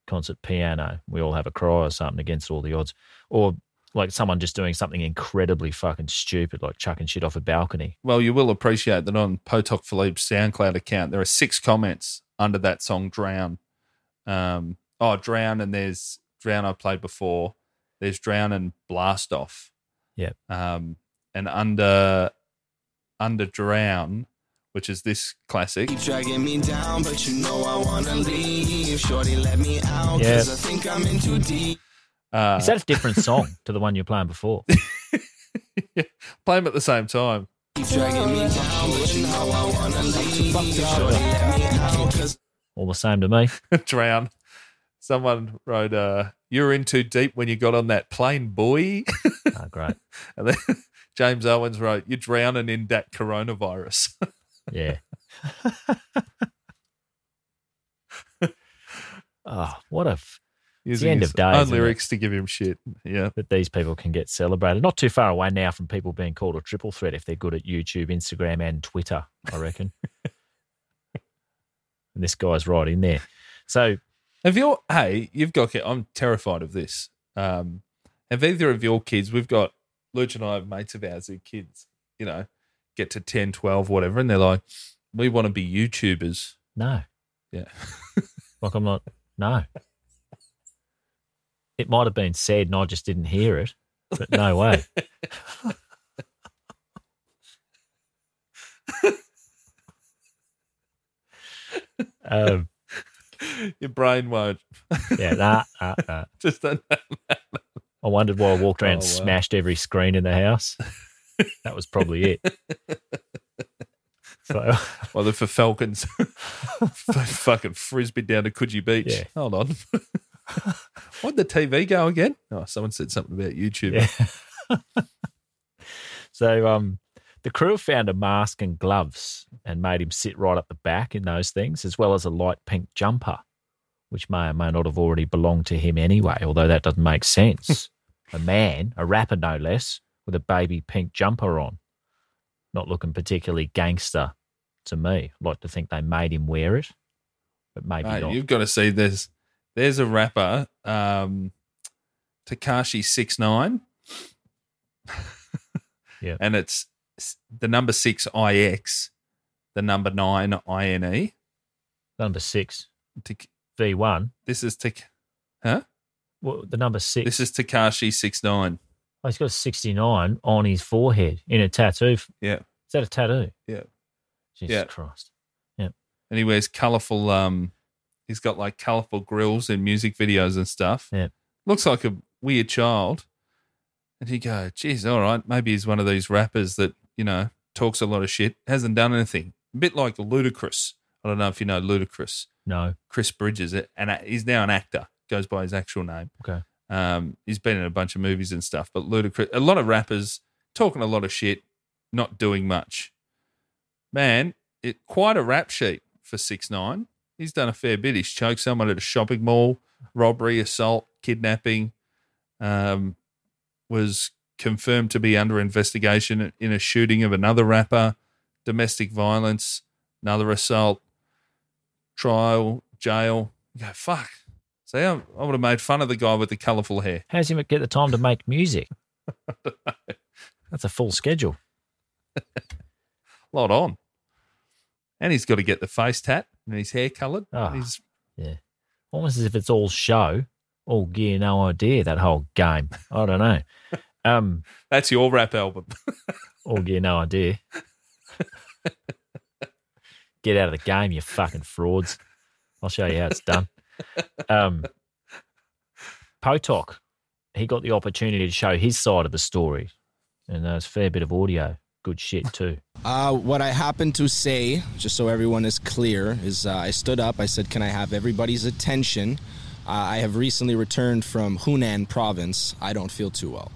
concert piano, we all have a cry or something against all the odds, or like someone just doing something incredibly fucking stupid, like chucking shit off a balcony. Well, you will appreciate that on Potok Philippe's SoundCloud account, there are six comments under that song "Drown." Um, oh, "Drown" and there's "Drown" I played before. There's "Drown" and "Blast Off." Yep. Um, and under under "Drown," which is this classic. Keep dragging me down, but you know I wanna leave. Shorty, let me out, Yeah. cause I think I'm in too deep. Uh, Is that a different song to the one you're playing before? play them at the same time. Keep dragging me down, but you know I wanna leave. Shorty, let me out, 'cause All the same to me. Drown. Someone wrote, uh, "You were in too deep when you got on that plane, boy." oh, great. And then James Owens wrote, "You're drowning in that coronavirus." Yeah. oh, what a f- it's the Using end his of days. own isn't it? lyrics to give him shit. Yeah. That these people can get celebrated. Not too far away now from people being called a triple threat if they're good at YouTube, Instagram, and Twitter, I reckon. and this guy's right in there. So Have your hey, you've got ki- I'm terrified of this. Um, have either of your kids, we've got Luke and I have mates of ours who kids, you know, get to 10, 12, whatever, and they're like, We want to be YouTubers. no. Yeah. Like I'm not no. It might have been said and I just didn't hear it. But no way. um, Your brain won't. yeah, nah, nah, nah. Just don't I wondered why I walked around and Oh, wow. smashed every screen in the house. That was probably it. So Well, they're for Falcons. F- fucking frisbee down to Coogee Beach. Yeah. Hold on. Why'd the TV go again? Oh, someone said something about YouTube. Yeah. So um, the crew found a mask and gloves and made him sit right up the back in those things, as well as a light pink jumper, which may or may not have already belonged to him anyway, although that doesn't make sense. a man, a rapper no less, with a baby pink jumper on. Not looking particularly gangster to me. I'd like to think they made him wear it, but maybe Mate, not. you've got to see there's there's a rapper, um, Takashi six nine. Yeah. and it's s- the number six IX, the number nine E. INE. Number six, Tak- V1. This is Tak huh? Well, the number six. This is Takashi six nine. Oh, he's got a 69 on his forehead in a tattoo. Is Yeah, that a tattoo? yeah. Jesus Yeah. Christ. And he wears colourful um he's got like colourful grills in music videos and stuff. Yeah. Looks like a weird child. And you go, geez, all right, maybe he's one of these rappers that, you know, talks a lot of shit, hasn't done anything. A bit like Ludacris. I don't know if you know Ludacris. No. Chris Bridges, and he's now an actor, goes by his actual name. Okay. Um, he's been in a bunch of movies and stuff, but ludicrous. A lot of rappers talking a lot of shit, not doing much. Man, it quite a rap sheet for six nine. He's done a fair bit. He's choked someone at a shopping mall, robbery, assault, kidnapping. Um, was confirmed to be under investigation in a shooting of another rapper, domestic violence, another assault, trial, jail. You go fuck. See, I, I would have made fun of the guy with the colourful hair. How's he get the time to make music? That's a full schedule. lot on. And he's got to get the face tat and his hair coloured. Ah. He's Yeah. Almost as if it's all show, all gear, no idea, that whole game. I don't know. Um, that's your rap album. all gear, no idea. Get out of the game, you fucking frauds. I'll show you how it's done. Um, Potok, he got the opportunity to show his side of the story. And there's a fair bit of audio. Good shit, too. Uh, what I happened to say, just so everyone is clear, is uh, I stood up. I said, "Can I have everybody's attention? Uh, I have recently returned from Hunan province. I don't feel too well."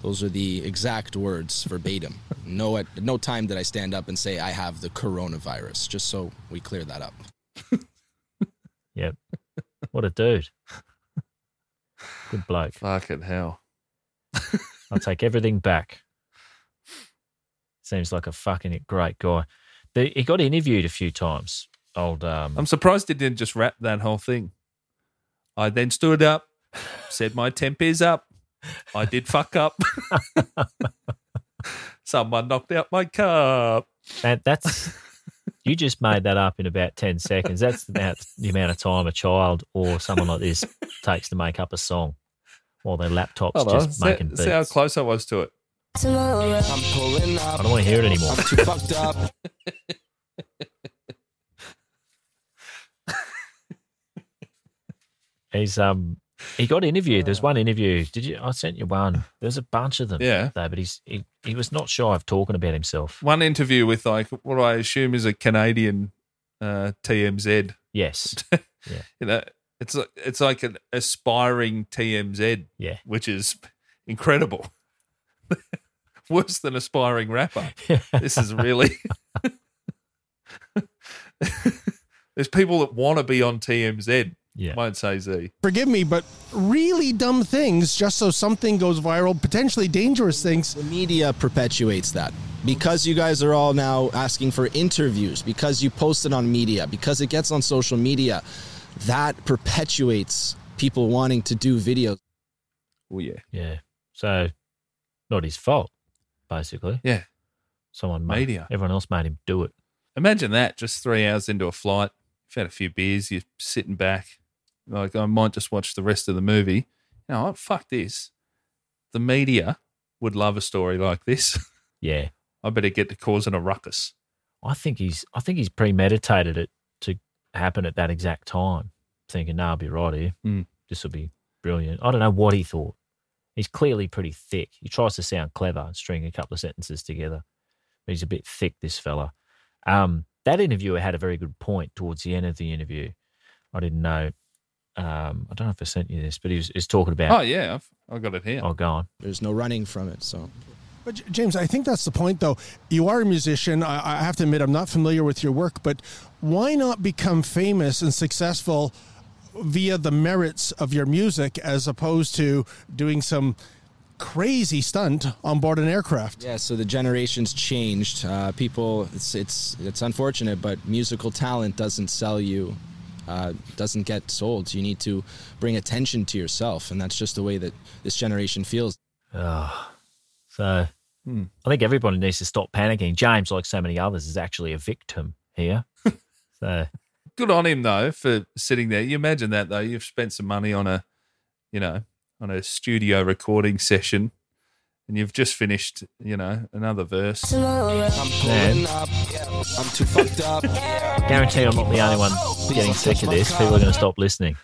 Those are the exact words, verbatim. No, at no time did I stand up and say I have the coronavirus. Just so we clear that up. Yep. What a dude. Good bloke. Fucking hell. I'll take everything back. Seems like a fucking great guy. The, he got interviewed a few times. Old um, I'm surprised he didn't just rap that whole thing. I then stood up, said my temp is up. I did fuck up. Someone knocked out my cup. that, that's you just made that up in about ten seconds. That's about the amount of time a child or someone like this takes to make up a song, while their laptops Hold on. just See, making see how beats. close I was to it. I'm pulling up. I don't want to hear it anymore. I'm too fucked up. He's um He got interviewed. There's one interview. Did you? I sent you one. There's a bunch of them. Yeah. Though, but he's he, he was not shy of talking about himself. One interview with like what I assume is a Canadian uh, TMZ. Yes. yeah. You know, it's like- it's like an aspiring TMZ. Yeah. Which is incredible. Worse than aspiring rapper. This is really. There's people that want to be on TMZ. Yeah. Won't say Z. forgive me, but really dumb things just so something goes viral, potentially dangerous things. The media perpetuates that. Because you guys are all now asking for interviews, because you post it on media, because it gets on social media, that perpetuates people wanting to do videos. Oh, yeah. Yeah. So, not his fault, basically. Yeah. Someone made Media. Everyone else made him do it. Imagine that, just three hours into a flight. You've had a few beers, you're sitting back. Like, I might just watch the rest of the movie. You know, what? fuck this. The media would love a story like this. Yeah. I better get to causing a ruckus. I think he's I think he's premeditated it to happen at that exact time, thinking, "No, I'll be right here. Mm. This will be brilliant." I don't know what he thought. He's clearly pretty thick. He tries to sound clever and string a couple of sentences together, but he's a bit thick. This fella. Um, that interviewer had a very good point towards the end of the interview. I didn't know. Um, I don't know if I sent you this, but he was, he was talking about. Oh, yeah. I've, I got it here. Oh, go on. There's no running from it. So, But J- James, I think that's the point, though. You are a musician. I, I have to admit, I'm not familiar with your work, but why not become famous and successful via the merits of your music as opposed to doing some crazy stunt on board an aircraft? yeah, so the generations changed. Uh, people, it's, it's, it's unfortunate, but musical talent doesn't sell you, uh, doesn't get sold. You need to bring attention to yourself. And that's just the way that this generation feels. Oh, so Hmm. I think everybody needs to stop panicking. James, like so many others, is actually a victim here. so Good on him, though, for sitting there. You imagine that, though. You've spent some money on a, you know, on a studio recording session and you've just finished, you know, another verse. I'm pulling up. I'm too fucked up. guarantee I'm not the only one getting sick of this. People are going to stop listening.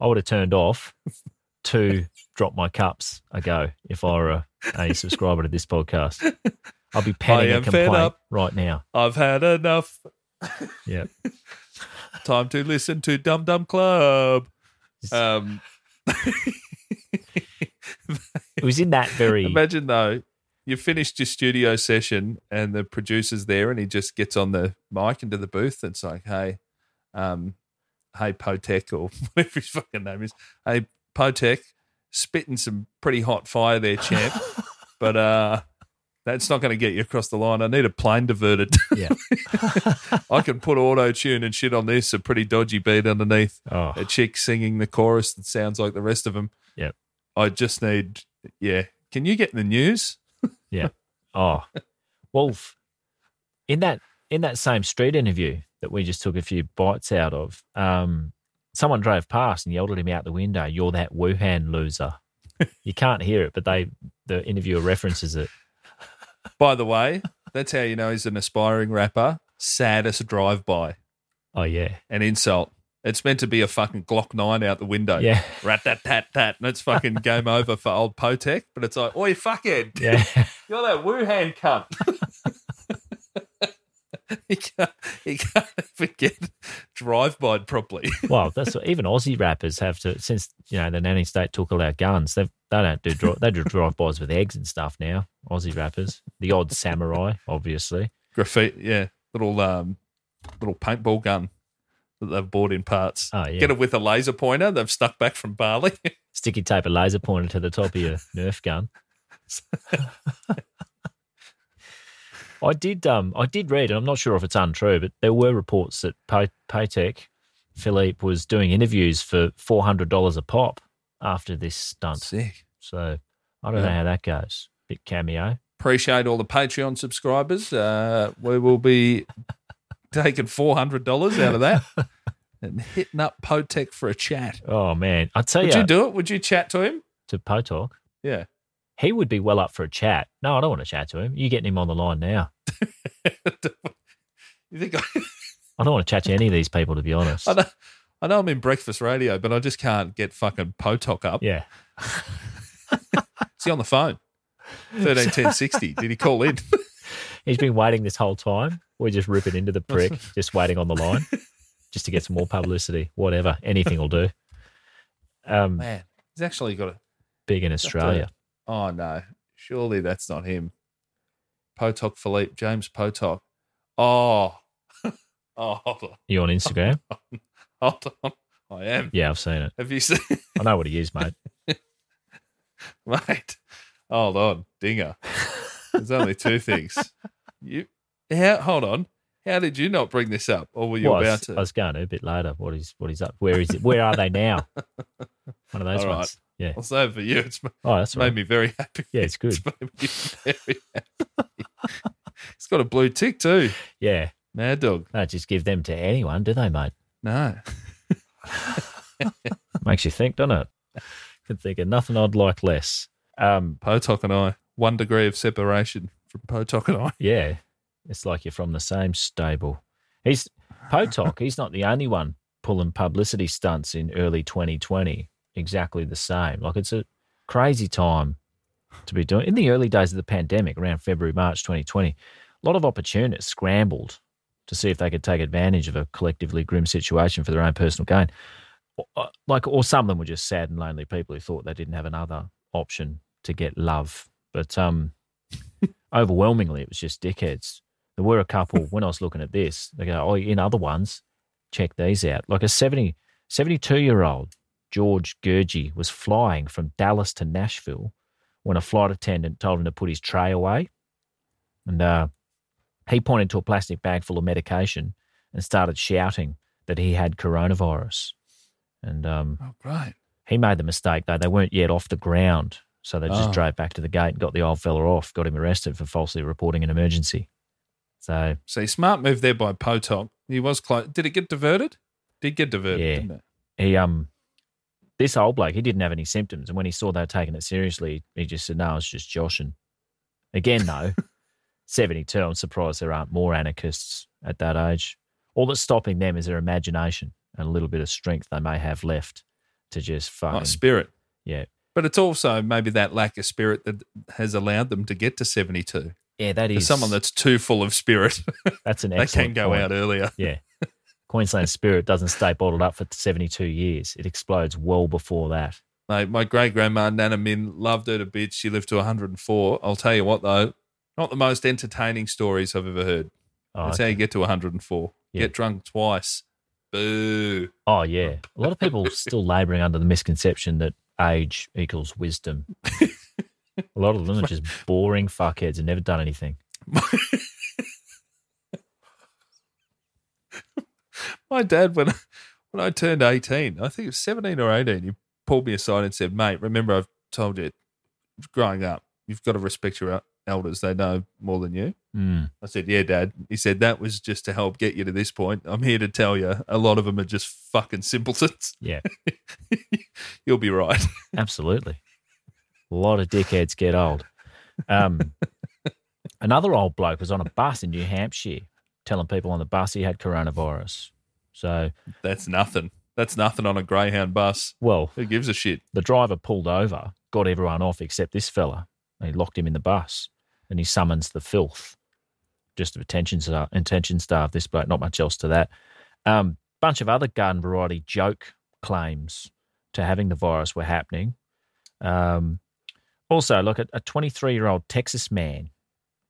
I would have turned off to drop my cups ago if I were a, a subscriber to this podcast. I'll be penning I a am fed complaint up. right now. I've had enough. Yeah. Time to listen to Dum Dum Club. Um, It was in that very imagine though, you finished your studio session and the producer's there, and he just gets on the mic into the booth. And it's like, hey, um, hey Potek or whatever his fucking name is, hey Potek, spitting some pretty hot fire there, champ. but uh, that's not going to get you across the line. I need a plane diverted. Yeah. I can put auto tune and shit on this, a pretty dodgy beat underneath. Oh. A chick singing the chorus that sounds like the rest of them. Yep. I just need, yeah. Can you get in the news? Yeah. Oh, Wolf. In that in that same street interview that we just took a few bites out of, um, someone drove past and yelled at him out the window, "You're that Wuhan loser." you can't hear it, but they the interviewer references it. By the way, that's how you know he's an aspiring rapper. Saddest drive by, Oh yeah, an insult. It's meant to be a fucking Glock 9 out the window. Yeah. Rat tat tat tat. And it's fucking game over for old Potek. But it's like, oi, fuckhead. yeah. You're that Wuhan cunt. he, can't, he can't even get drive by properly. well, that's what, even Aussie rappers have to since you know the nanny state took all our guns. They they don't do dri- they do drive bys with eggs and stuff now. Aussie rappers, the odd samurai, obviously. Graffiti, yeah. Little um, little paintball gun that they've bought in parts. Oh, yeah. Get it with a laser pointer they've stuck back from Bali. Sticky tape a laser pointer to the top of your Nerf gun. I did. Um, I did read, and I'm not sure if it's untrue, but there were reports that Pay- Paytech Philippe was doing interviews for four hundred dollars a pop after this stunt. Sick. So I don't know Yeah. how that goes. Bit cameo. Appreciate all the Patreon subscribers. Uh, we will be taking four hundred dollars out of that and hitting up Potek for a chat. Oh man, I tell Would ya, you do it? Would you chat to him? to Potok, Yeah. he would be well up for a chat. No, I don't want to chat to him. You're getting him on the line now. you think I, I don't want to chat to any of these people, to be honest. I, don't, I know I'm in breakfast radio, but I just can't get fucking Potok up. Yeah. Is he on the phone? 13 10 60. Did he call in? He's been waiting this whole time. We're just ripping into the prick, just waiting on the line, just to get some more publicity. Whatever, anything will do. Um, Man, he's actually got a big in Australia. Oh no, surely that's not him. Potok Philippe, James Potok. Oh, oh, hold on. You on Instagram? Hold on. I am. Yeah, I've seen it. Have you seen, I know what he is, mate. mate? Hold on, dinger. There's only two things. You, how, hold on. How did you not bring this up, or were you Well, I about was- to? I was going to a bit later. What is what is up? Where is it? Where are they now? One of those All right. ones. Yeah. I'll say it for you. It's ma- Oh, that's all made right. me very happy. Yeah, it's good. made me very happy. it's got a blue tick too. Yeah. Mad dog. They don't just give them to anyone, do they, mate? No. Makes you think, doesn't it? Could think of nothing I'd like less. Um, Potok and I, one degree of separation from Potok and I. yeah, it's like you're from the same stable. He's Potok. he's not the only one pulling publicity stunts in early 2020. Exactly the same. Like it's a crazy time to be doing. In the early days of the pandemic, around February March 2020, a lot of opportunists scrambled to see if they could take advantage of a collectively grim situation for their own personal gain. Or- or- Like, or some of them were just sad and lonely people who thought they didn't have another option to get love. But um, overwhelmingly, it was just dickheads. There were a couple when I was looking at this. They go, oh, in other ones, check these out. Like a 70, 72 year old George Gurgi was flying from Dallas to Nashville when a flight attendant told him to put his tray away. And uh, he pointed to a plastic bag full of medication and started shouting that he had coronavirus. And um, Oh, great. he made the mistake though; they weren't yet off the ground, so they just Oh. drove back to the gate and got the old fella off, got him arrested for falsely reporting an emergency. So See, smart move there by Potok. He was close. Did it get diverted? Did get diverted, Yeah. didn't it? he, um, this old bloke, he didn't have any symptoms, and when he saw they were taking it seriously, he just said, "No, it's just joshing." Again, though, seventy-two. I'm surprised there aren't more anarchists at that age. All that's stopping them is their imagination and a little bit of strength they may have left to just fucking Oh, spirit. yeah, But it's also maybe that lack of spirit that has allowed them to get to 72. yeah. That For is someone that's too full of spirit, that's an they can excellent go point. out earlier. Yeah. Queensland spirit doesn't stay bottled up for 72 years. It explodes well before that. Mate, my great grandma Nana Min loved her to bits. She lived to 104. I'll tell you what though, not the most entertaining stories I've ever heard. Oh, That's how okay. you get to 104. Yeah. Get drunk twice. Boo. Oh, yeah. A lot of people still laboring under the misconception that age equals wisdom. A lot of them are just boring fuckheads and never done anything. My dad, when when I turned 18, I think it was 17 or 18, he pulled me aside and said, "Mate, remember I've told you, growing up, you've got to respect your elders. They know more than you." Mm. I said, "Yeah, Dad." He said, "That was just to help get you to this point. I'm here to tell you, a lot of them are just fucking simpletons. Yeah, You'll be right." absolutely. A lot of dickheads get old. Um, another old bloke was on a bus in New Hampshire telling people on the bus he had coronavirus. So, That's nothing. That's nothing on a Greyhound bus. well, Who gives a shit? The driver pulled over, got everyone off except this fella, and he locked him in the bus. And he summons the filth, just of attention staff, attention staff. This bloke, not much else to that. Um, bunch of other garden variety joke claims to having the virus were happening. Um, also, look at a 23 year old Texas man,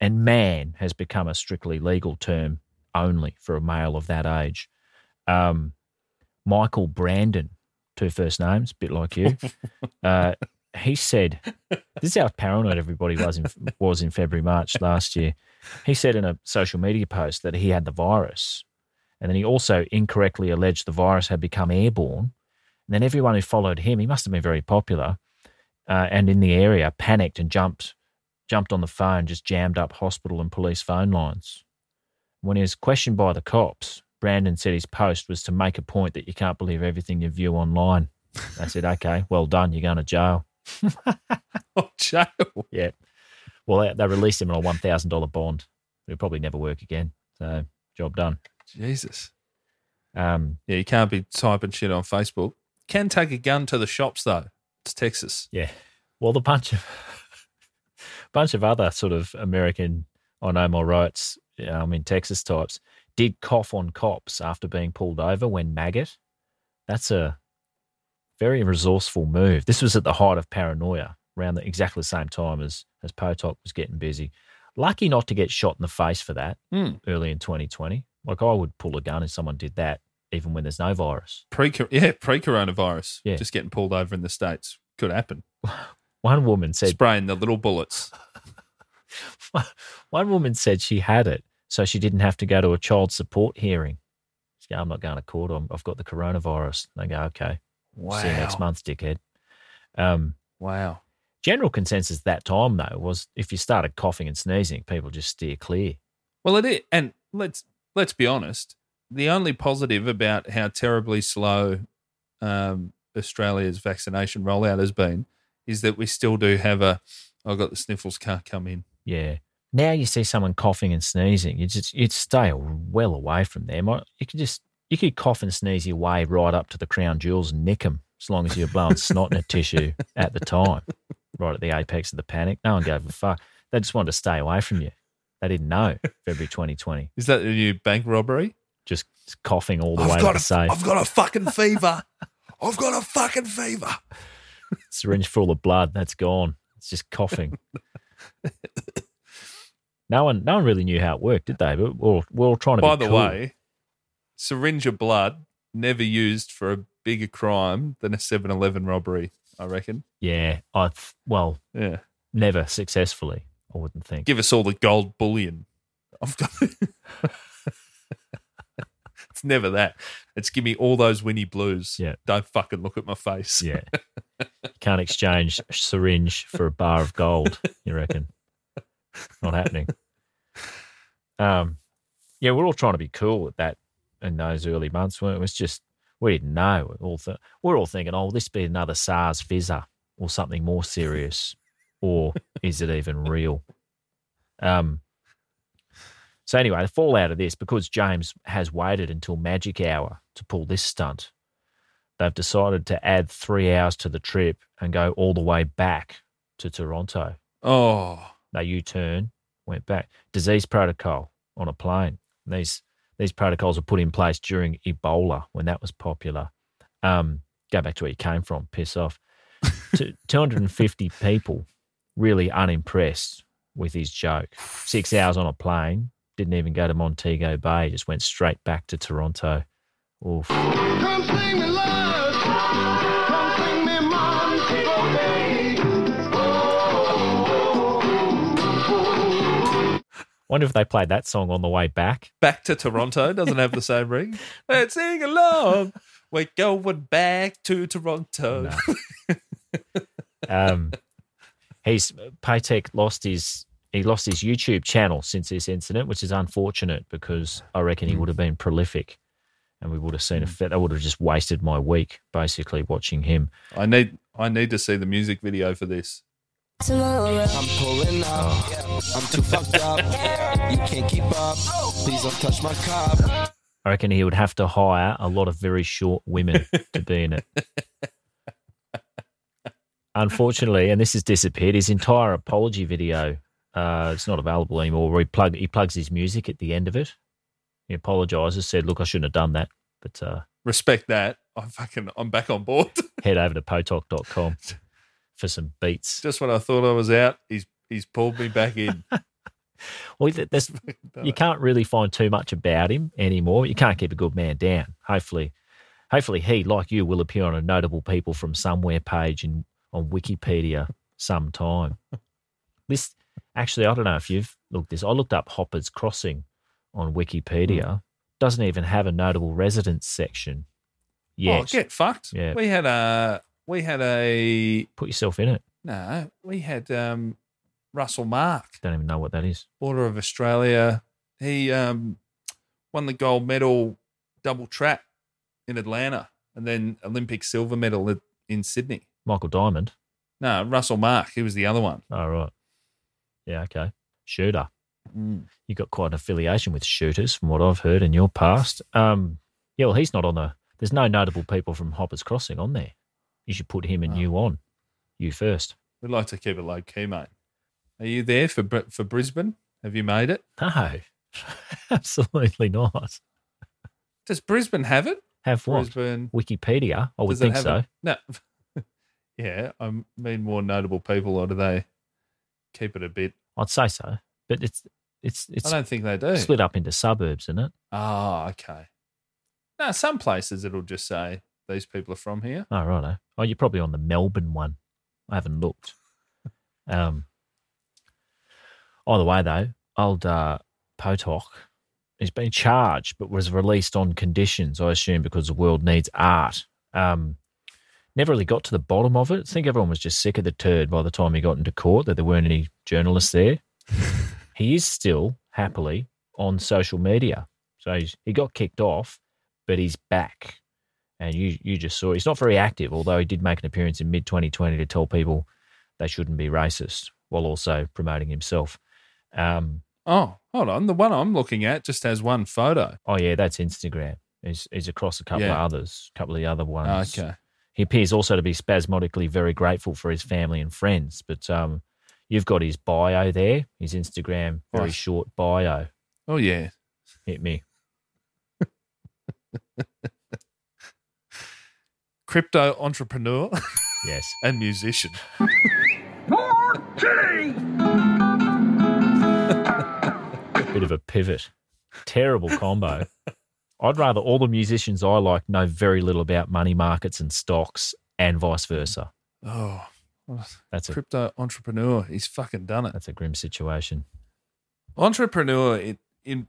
and man has become a strictly legal term only for a male of that age. Um, Michael Brandon, two first names, bit like you. uh, he said, "This is how paranoid everybody was in was in February March last year." He said in a social media post that he had the virus, and then he also incorrectly alleged the virus had become airborne. And then everyone who followed him, he must have been very popular, uh, and in the area, panicked and jumped jumped on the phone, just jammed up hospital and police phone lines. When he was questioned by the cops, Brandon said his post was to make a point that you can't believe everything you view online. They said, okay, well done, you're going to jail. Oh, jail. Yeah. Well, they, they released him on a $1,000 bond. He'll probably never work again. So, job done. Jesus. Um, yeah, you can't be typing shit on Facebook. Can take a gun to the shops though. It's Texas. Yeah. Well, the bunch of bunch of other sort of American I know my rights, um, in Texas types did cough on cops after being pulled over when maggot. That's a very resourceful move. This was at the height of paranoia, around the, exactly the same time as as Potok was getting busy. Lucky not to get shot in the face for that Mm. early in 2020. Like I would pull a gun if someone did that, even when there's no virus. Pre yeah, pre coronavirus. Yeah. Just getting pulled over in the states could happen. One woman said, Spraying the little bullets. one woman said she had it, so she didn't have to go to a child support hearing. She go, I'm not going to court. I'm, I've got the coronavirus. And they go, okay. See you next Wow. month, dickhead. Um, Wow. general consensus that time, though, was if you started coughing and sneezing, people just steer clear. Well, it is, and let's let's be honest. The only positive about how terribly slow um, Australia's vaccination rollout has been is that we still do have a. I got the sniffles. Can't come in. Yeah. Now you see someone coughing and sneezing, you just you'd stay well away from them. I- You could just you could cough and sneeze your way right up to the crown jewels and nick them, as long as you're blowing snot in a tissue at the time, right at the apex of the panic. No one gave a fuck. They just wanted to stay away from you. They didn't know February 2020. Is that the new bank robbery? Just coughing all the I've way got to the a- safe. I've got a fucking fever. I've got a fucking fever. syringe full of blood. That's gone. It's just coughing. no one, no one really knew how it worked, did they? But we're all, we're all trying to. By be the cool. way, syringe of blood never used for a bigger crime than a 7-Eleven robbery. I reckon. yeah, I th- well, Yeah. never successfully. I wouldn't think. Give us all the gold bullion. I've got. it's never that. It's give me all those Winnie Blues. Yeah. Don't fucking look at my face. Yeah, you can't exchange a syringe for a bar of gold. You reckon? Not happening. Um, yeah, we're all trying to be cool at that in those early months. weren't we? It was just we didn't know. We're all th- we're all thinking, oh, will this be another SARS fizzer or something more serious, or is it even real? Um. So anyway, the fallout of this because James has waited until magic hour to pull this stunt. They've decided to add three hours to the trip and go all the way back to Toronto. Oh, They U turn, went back. Disease protocol on a plane. These these protocols were put in place during Ebola when that was popular. Um, go back to where you came from, piss off. Two- 250 people really unimpressed with his joke. Six hours on a plane, didn't even go to Montego Bay, just went straight back to Toronto. Oof. Come sing me love. Come sing me Montego Bay. Wonder if they played that song on the way back. back to Toronto doesn't have the same ring. Let's sing along. We're going back to Toronto. Um, he's Paytech lost his he lost his YouTube channel since this incident, which is unfortunate because I reckon he would have been prolific, and we would have seen a fit. I would have just wasted my week basically watching him. I need I need to see the music video for this. I'm pulling up. I'm too fucked up. You can't keep up. Please don't touch my cup. I reckon he would have to hire a lot of very short women to be in it. Unfortunately, and this has disappeared, his entire apology video uh, it's not available anymore. Where he plug he plugs his music at the end of it. He apologises, said, "Look, I shouldn't have done that," but uh, Respect that. I fucking I'm back on board. head over to potok.com for some beats. Just when I thought I was out, he's he's pulled me back in. Well, th- there's, you can't really find too much about him anymore. You can't keep a good man down. Hopefully, hopefully he, like you, will appear on a notable people from somewhere page in, on Wikipedia sometime. this actually, I don't know if you've looked this. I looked up Hopper's Crossing on Wikipedia. Doesn't even have a notable residence section yet. Oh, get fucked. Yeah. We had a we had a Put yourself in it. no, we had um Russell Mark, Don't even know what that is. Order of Australia. He um won the gold medal double trap in Atlanta and then Olympic silver medal at- in Sydney. Michael Diamond. No, Russell Mark, he was the other one. All right. Yeah, okay. Shooter. Mm. You got quite an affiliation with shooters from what I've heard in your past. Um, Yeah, well, he's not on the. There's no notable people from Hoppers Crossing on there. You should put him and you on. You first. We'd like to keep it low key, mate. Are you there for Br- for Brisbane? Have you made it? No, absolutely not. Does Brisbane have it? Have what? Brisbane. Wikipedia. I would Does it think have so. it? No. yeah, I mean more notable people, or do they keep it a bit? I'd say so. But it's it's it's. don't think they do. Split up into suburbs, isn't it? Ah, okay. No, some places it'll just say these people are from here. Oh, righto. Oh, you're probably on the Melbourne one. I haven't looked. Um. Either way, though, old uh, Potok has been charged, but was released on conditions, I assume, because the world needs art. Um, never really got to the bottom of it. I think everyone was just sick of the turd by the time he got into court that there weren't any journalists there. he is still happily on social media, so he's, he got kicked off, but he's back. And you you just saw he's not very active, although he did make an appearance in mid 2020 to tell people they shouldn't be racist, while also promoting himself. Um, Oh, hold on. The one I'm looking at just has one photo. Oh yeah, that's Instagram. He's, he's across a couple Yeah. Ah, of others, couple of the other ones. Okay. He appears also to be spasmodically very grateful for his family and friends, but um, you've got his bio there, his Instagram, very Nice. short bio. Oh yeah. Hit me. Crypto entrepreneur Yes. and musician. Bit of a pivot. Terrible combo. I'd rather all the musicians I like know very little about money markets and stocks and vice versa. Oh, That's a crypto entrepreneur. He's fucking done it. that's a grim situation. Entrepreneur in, in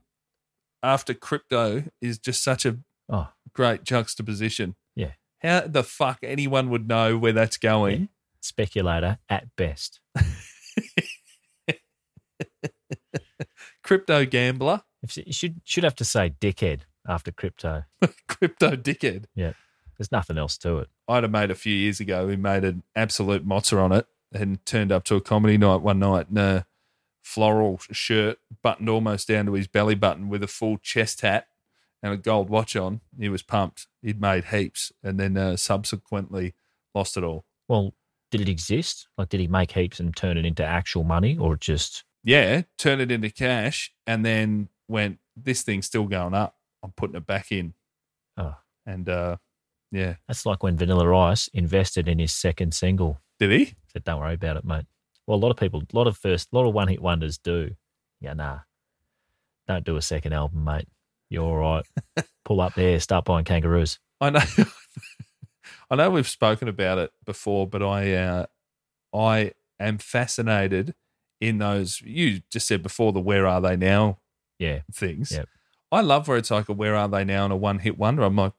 after crypto is just such a Oh. great juxtaposition. Yeah. How the fuck anyone would know where that's going? Speculator at best. Crypto gambler, If- You should should have to say dickhead after crypto. crypto dickhead. Yeah. There's nothing else to it. I'd have made a few years ago. We made an absolute mozzer on it and turned up to a comedy night one night in a floral shirt, buttoned almost down to his belly button with a full chest hat and a gold watch on. He was pumped. He'd made heaps and then uh, subsequently lost it all. Well, did it exist? Like did he make heaps and turn it into actual money or just Yeah, turned it into cash and then went, this thing's still going up. I'm putting it back in. Oh. And uh, yeah, that's like when Vanilla Ice invested in his second single. did he? said, "Don't worry about it, mate." Well, a lot of people, a lot of first, a lot of one-hit wonders do. Yeah, nah, don't do a second album, mate. You're all right. Pull up there, start buying kangaroos. I know, I know we've spoken about it before, but I, uh, I am fascinated in those. You just said before the "Where are they now?" Yeah, things. Yep. I love where it's like a "Where are they now?" and a one-hit wonder. I'm like,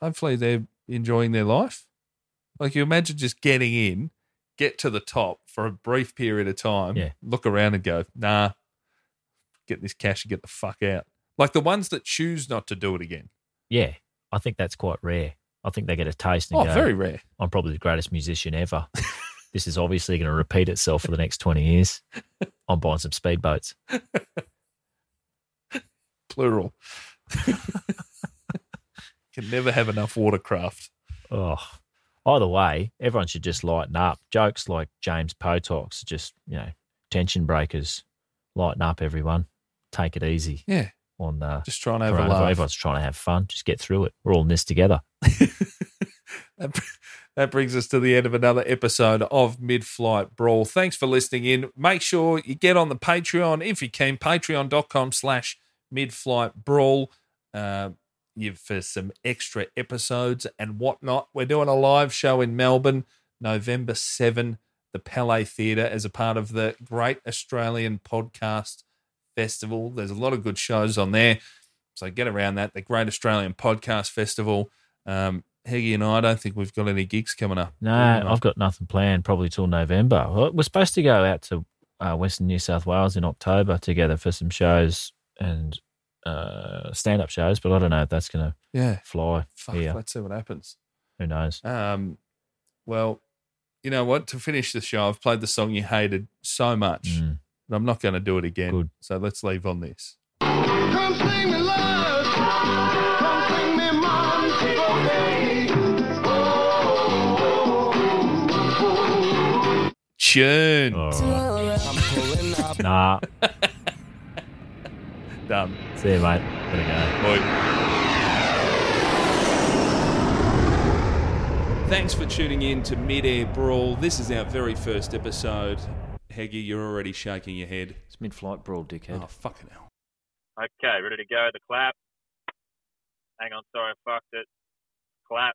hopefully they're enjoying their life. Like you imagine just getting in, get to the top for a brief period of time, Yeah. look around and go, "Nah, get this cash and get the fuck out." Like the ones that choose not to do it again. yeah. I think that's quite rare. I think they get a taste and Oh, go, very rare. "I'm probably the greatest musician ever." this is obviously going to repeat itself for the next twenty years. I'm buying some speedboats. plural. Can never have enough watercraft. Oh, either way, everyone should just lighten up. Jokes like James Potok's are just you know tension breakers. Lighten up, everyone. Take it easy. Yeah, on the just trying to have a coronavirus. laugh. Everyone's trying to have fun. Just get through it. We're all in this together. That, that brings us to the end of another episode of Mid Flight Brawl. Thanks for listening in. Make sure you get on the Patreon if you can, patreon.com slash midflight brawl. Uh, you for some extra episodes and whatnot. We're doing a live show in Melbourne, November 7, the Palais Theatre, as a part of the Great Australian Podcast Festival. There's a lot of good shows on there. So get around that. The Great Australian Podcast Festival. Um, Heggy and I, I don't think we've got any gigs coming up. No, Mm, I've got nothing planned probably till November. Well, We're supposed to go out to uh, Western New South Wales in October together for some shows and uh, stand up shows, but I don't know if that's going to Yeah. fly Fuck, here. let's see what happens. Who knows? Um, well, you know what? To finish the show, I've played the song you hated so much, Mm. and I'm not going to do it again. Good. So let's leave on this. Thank Come sing me love. Come sing me Monty Bay. Churn. I'm pulling up. Nah. Done. See you, mate. Gotta Thanks for tuning in to Mid Air Brawl. This is our very first episode. Heggy, you're already shaking your head. It's mid flight brawl, dickhead. Oh, fucking hell. Okay, ready to go. The clap. Hang on, sorry, I fucked it. Clap.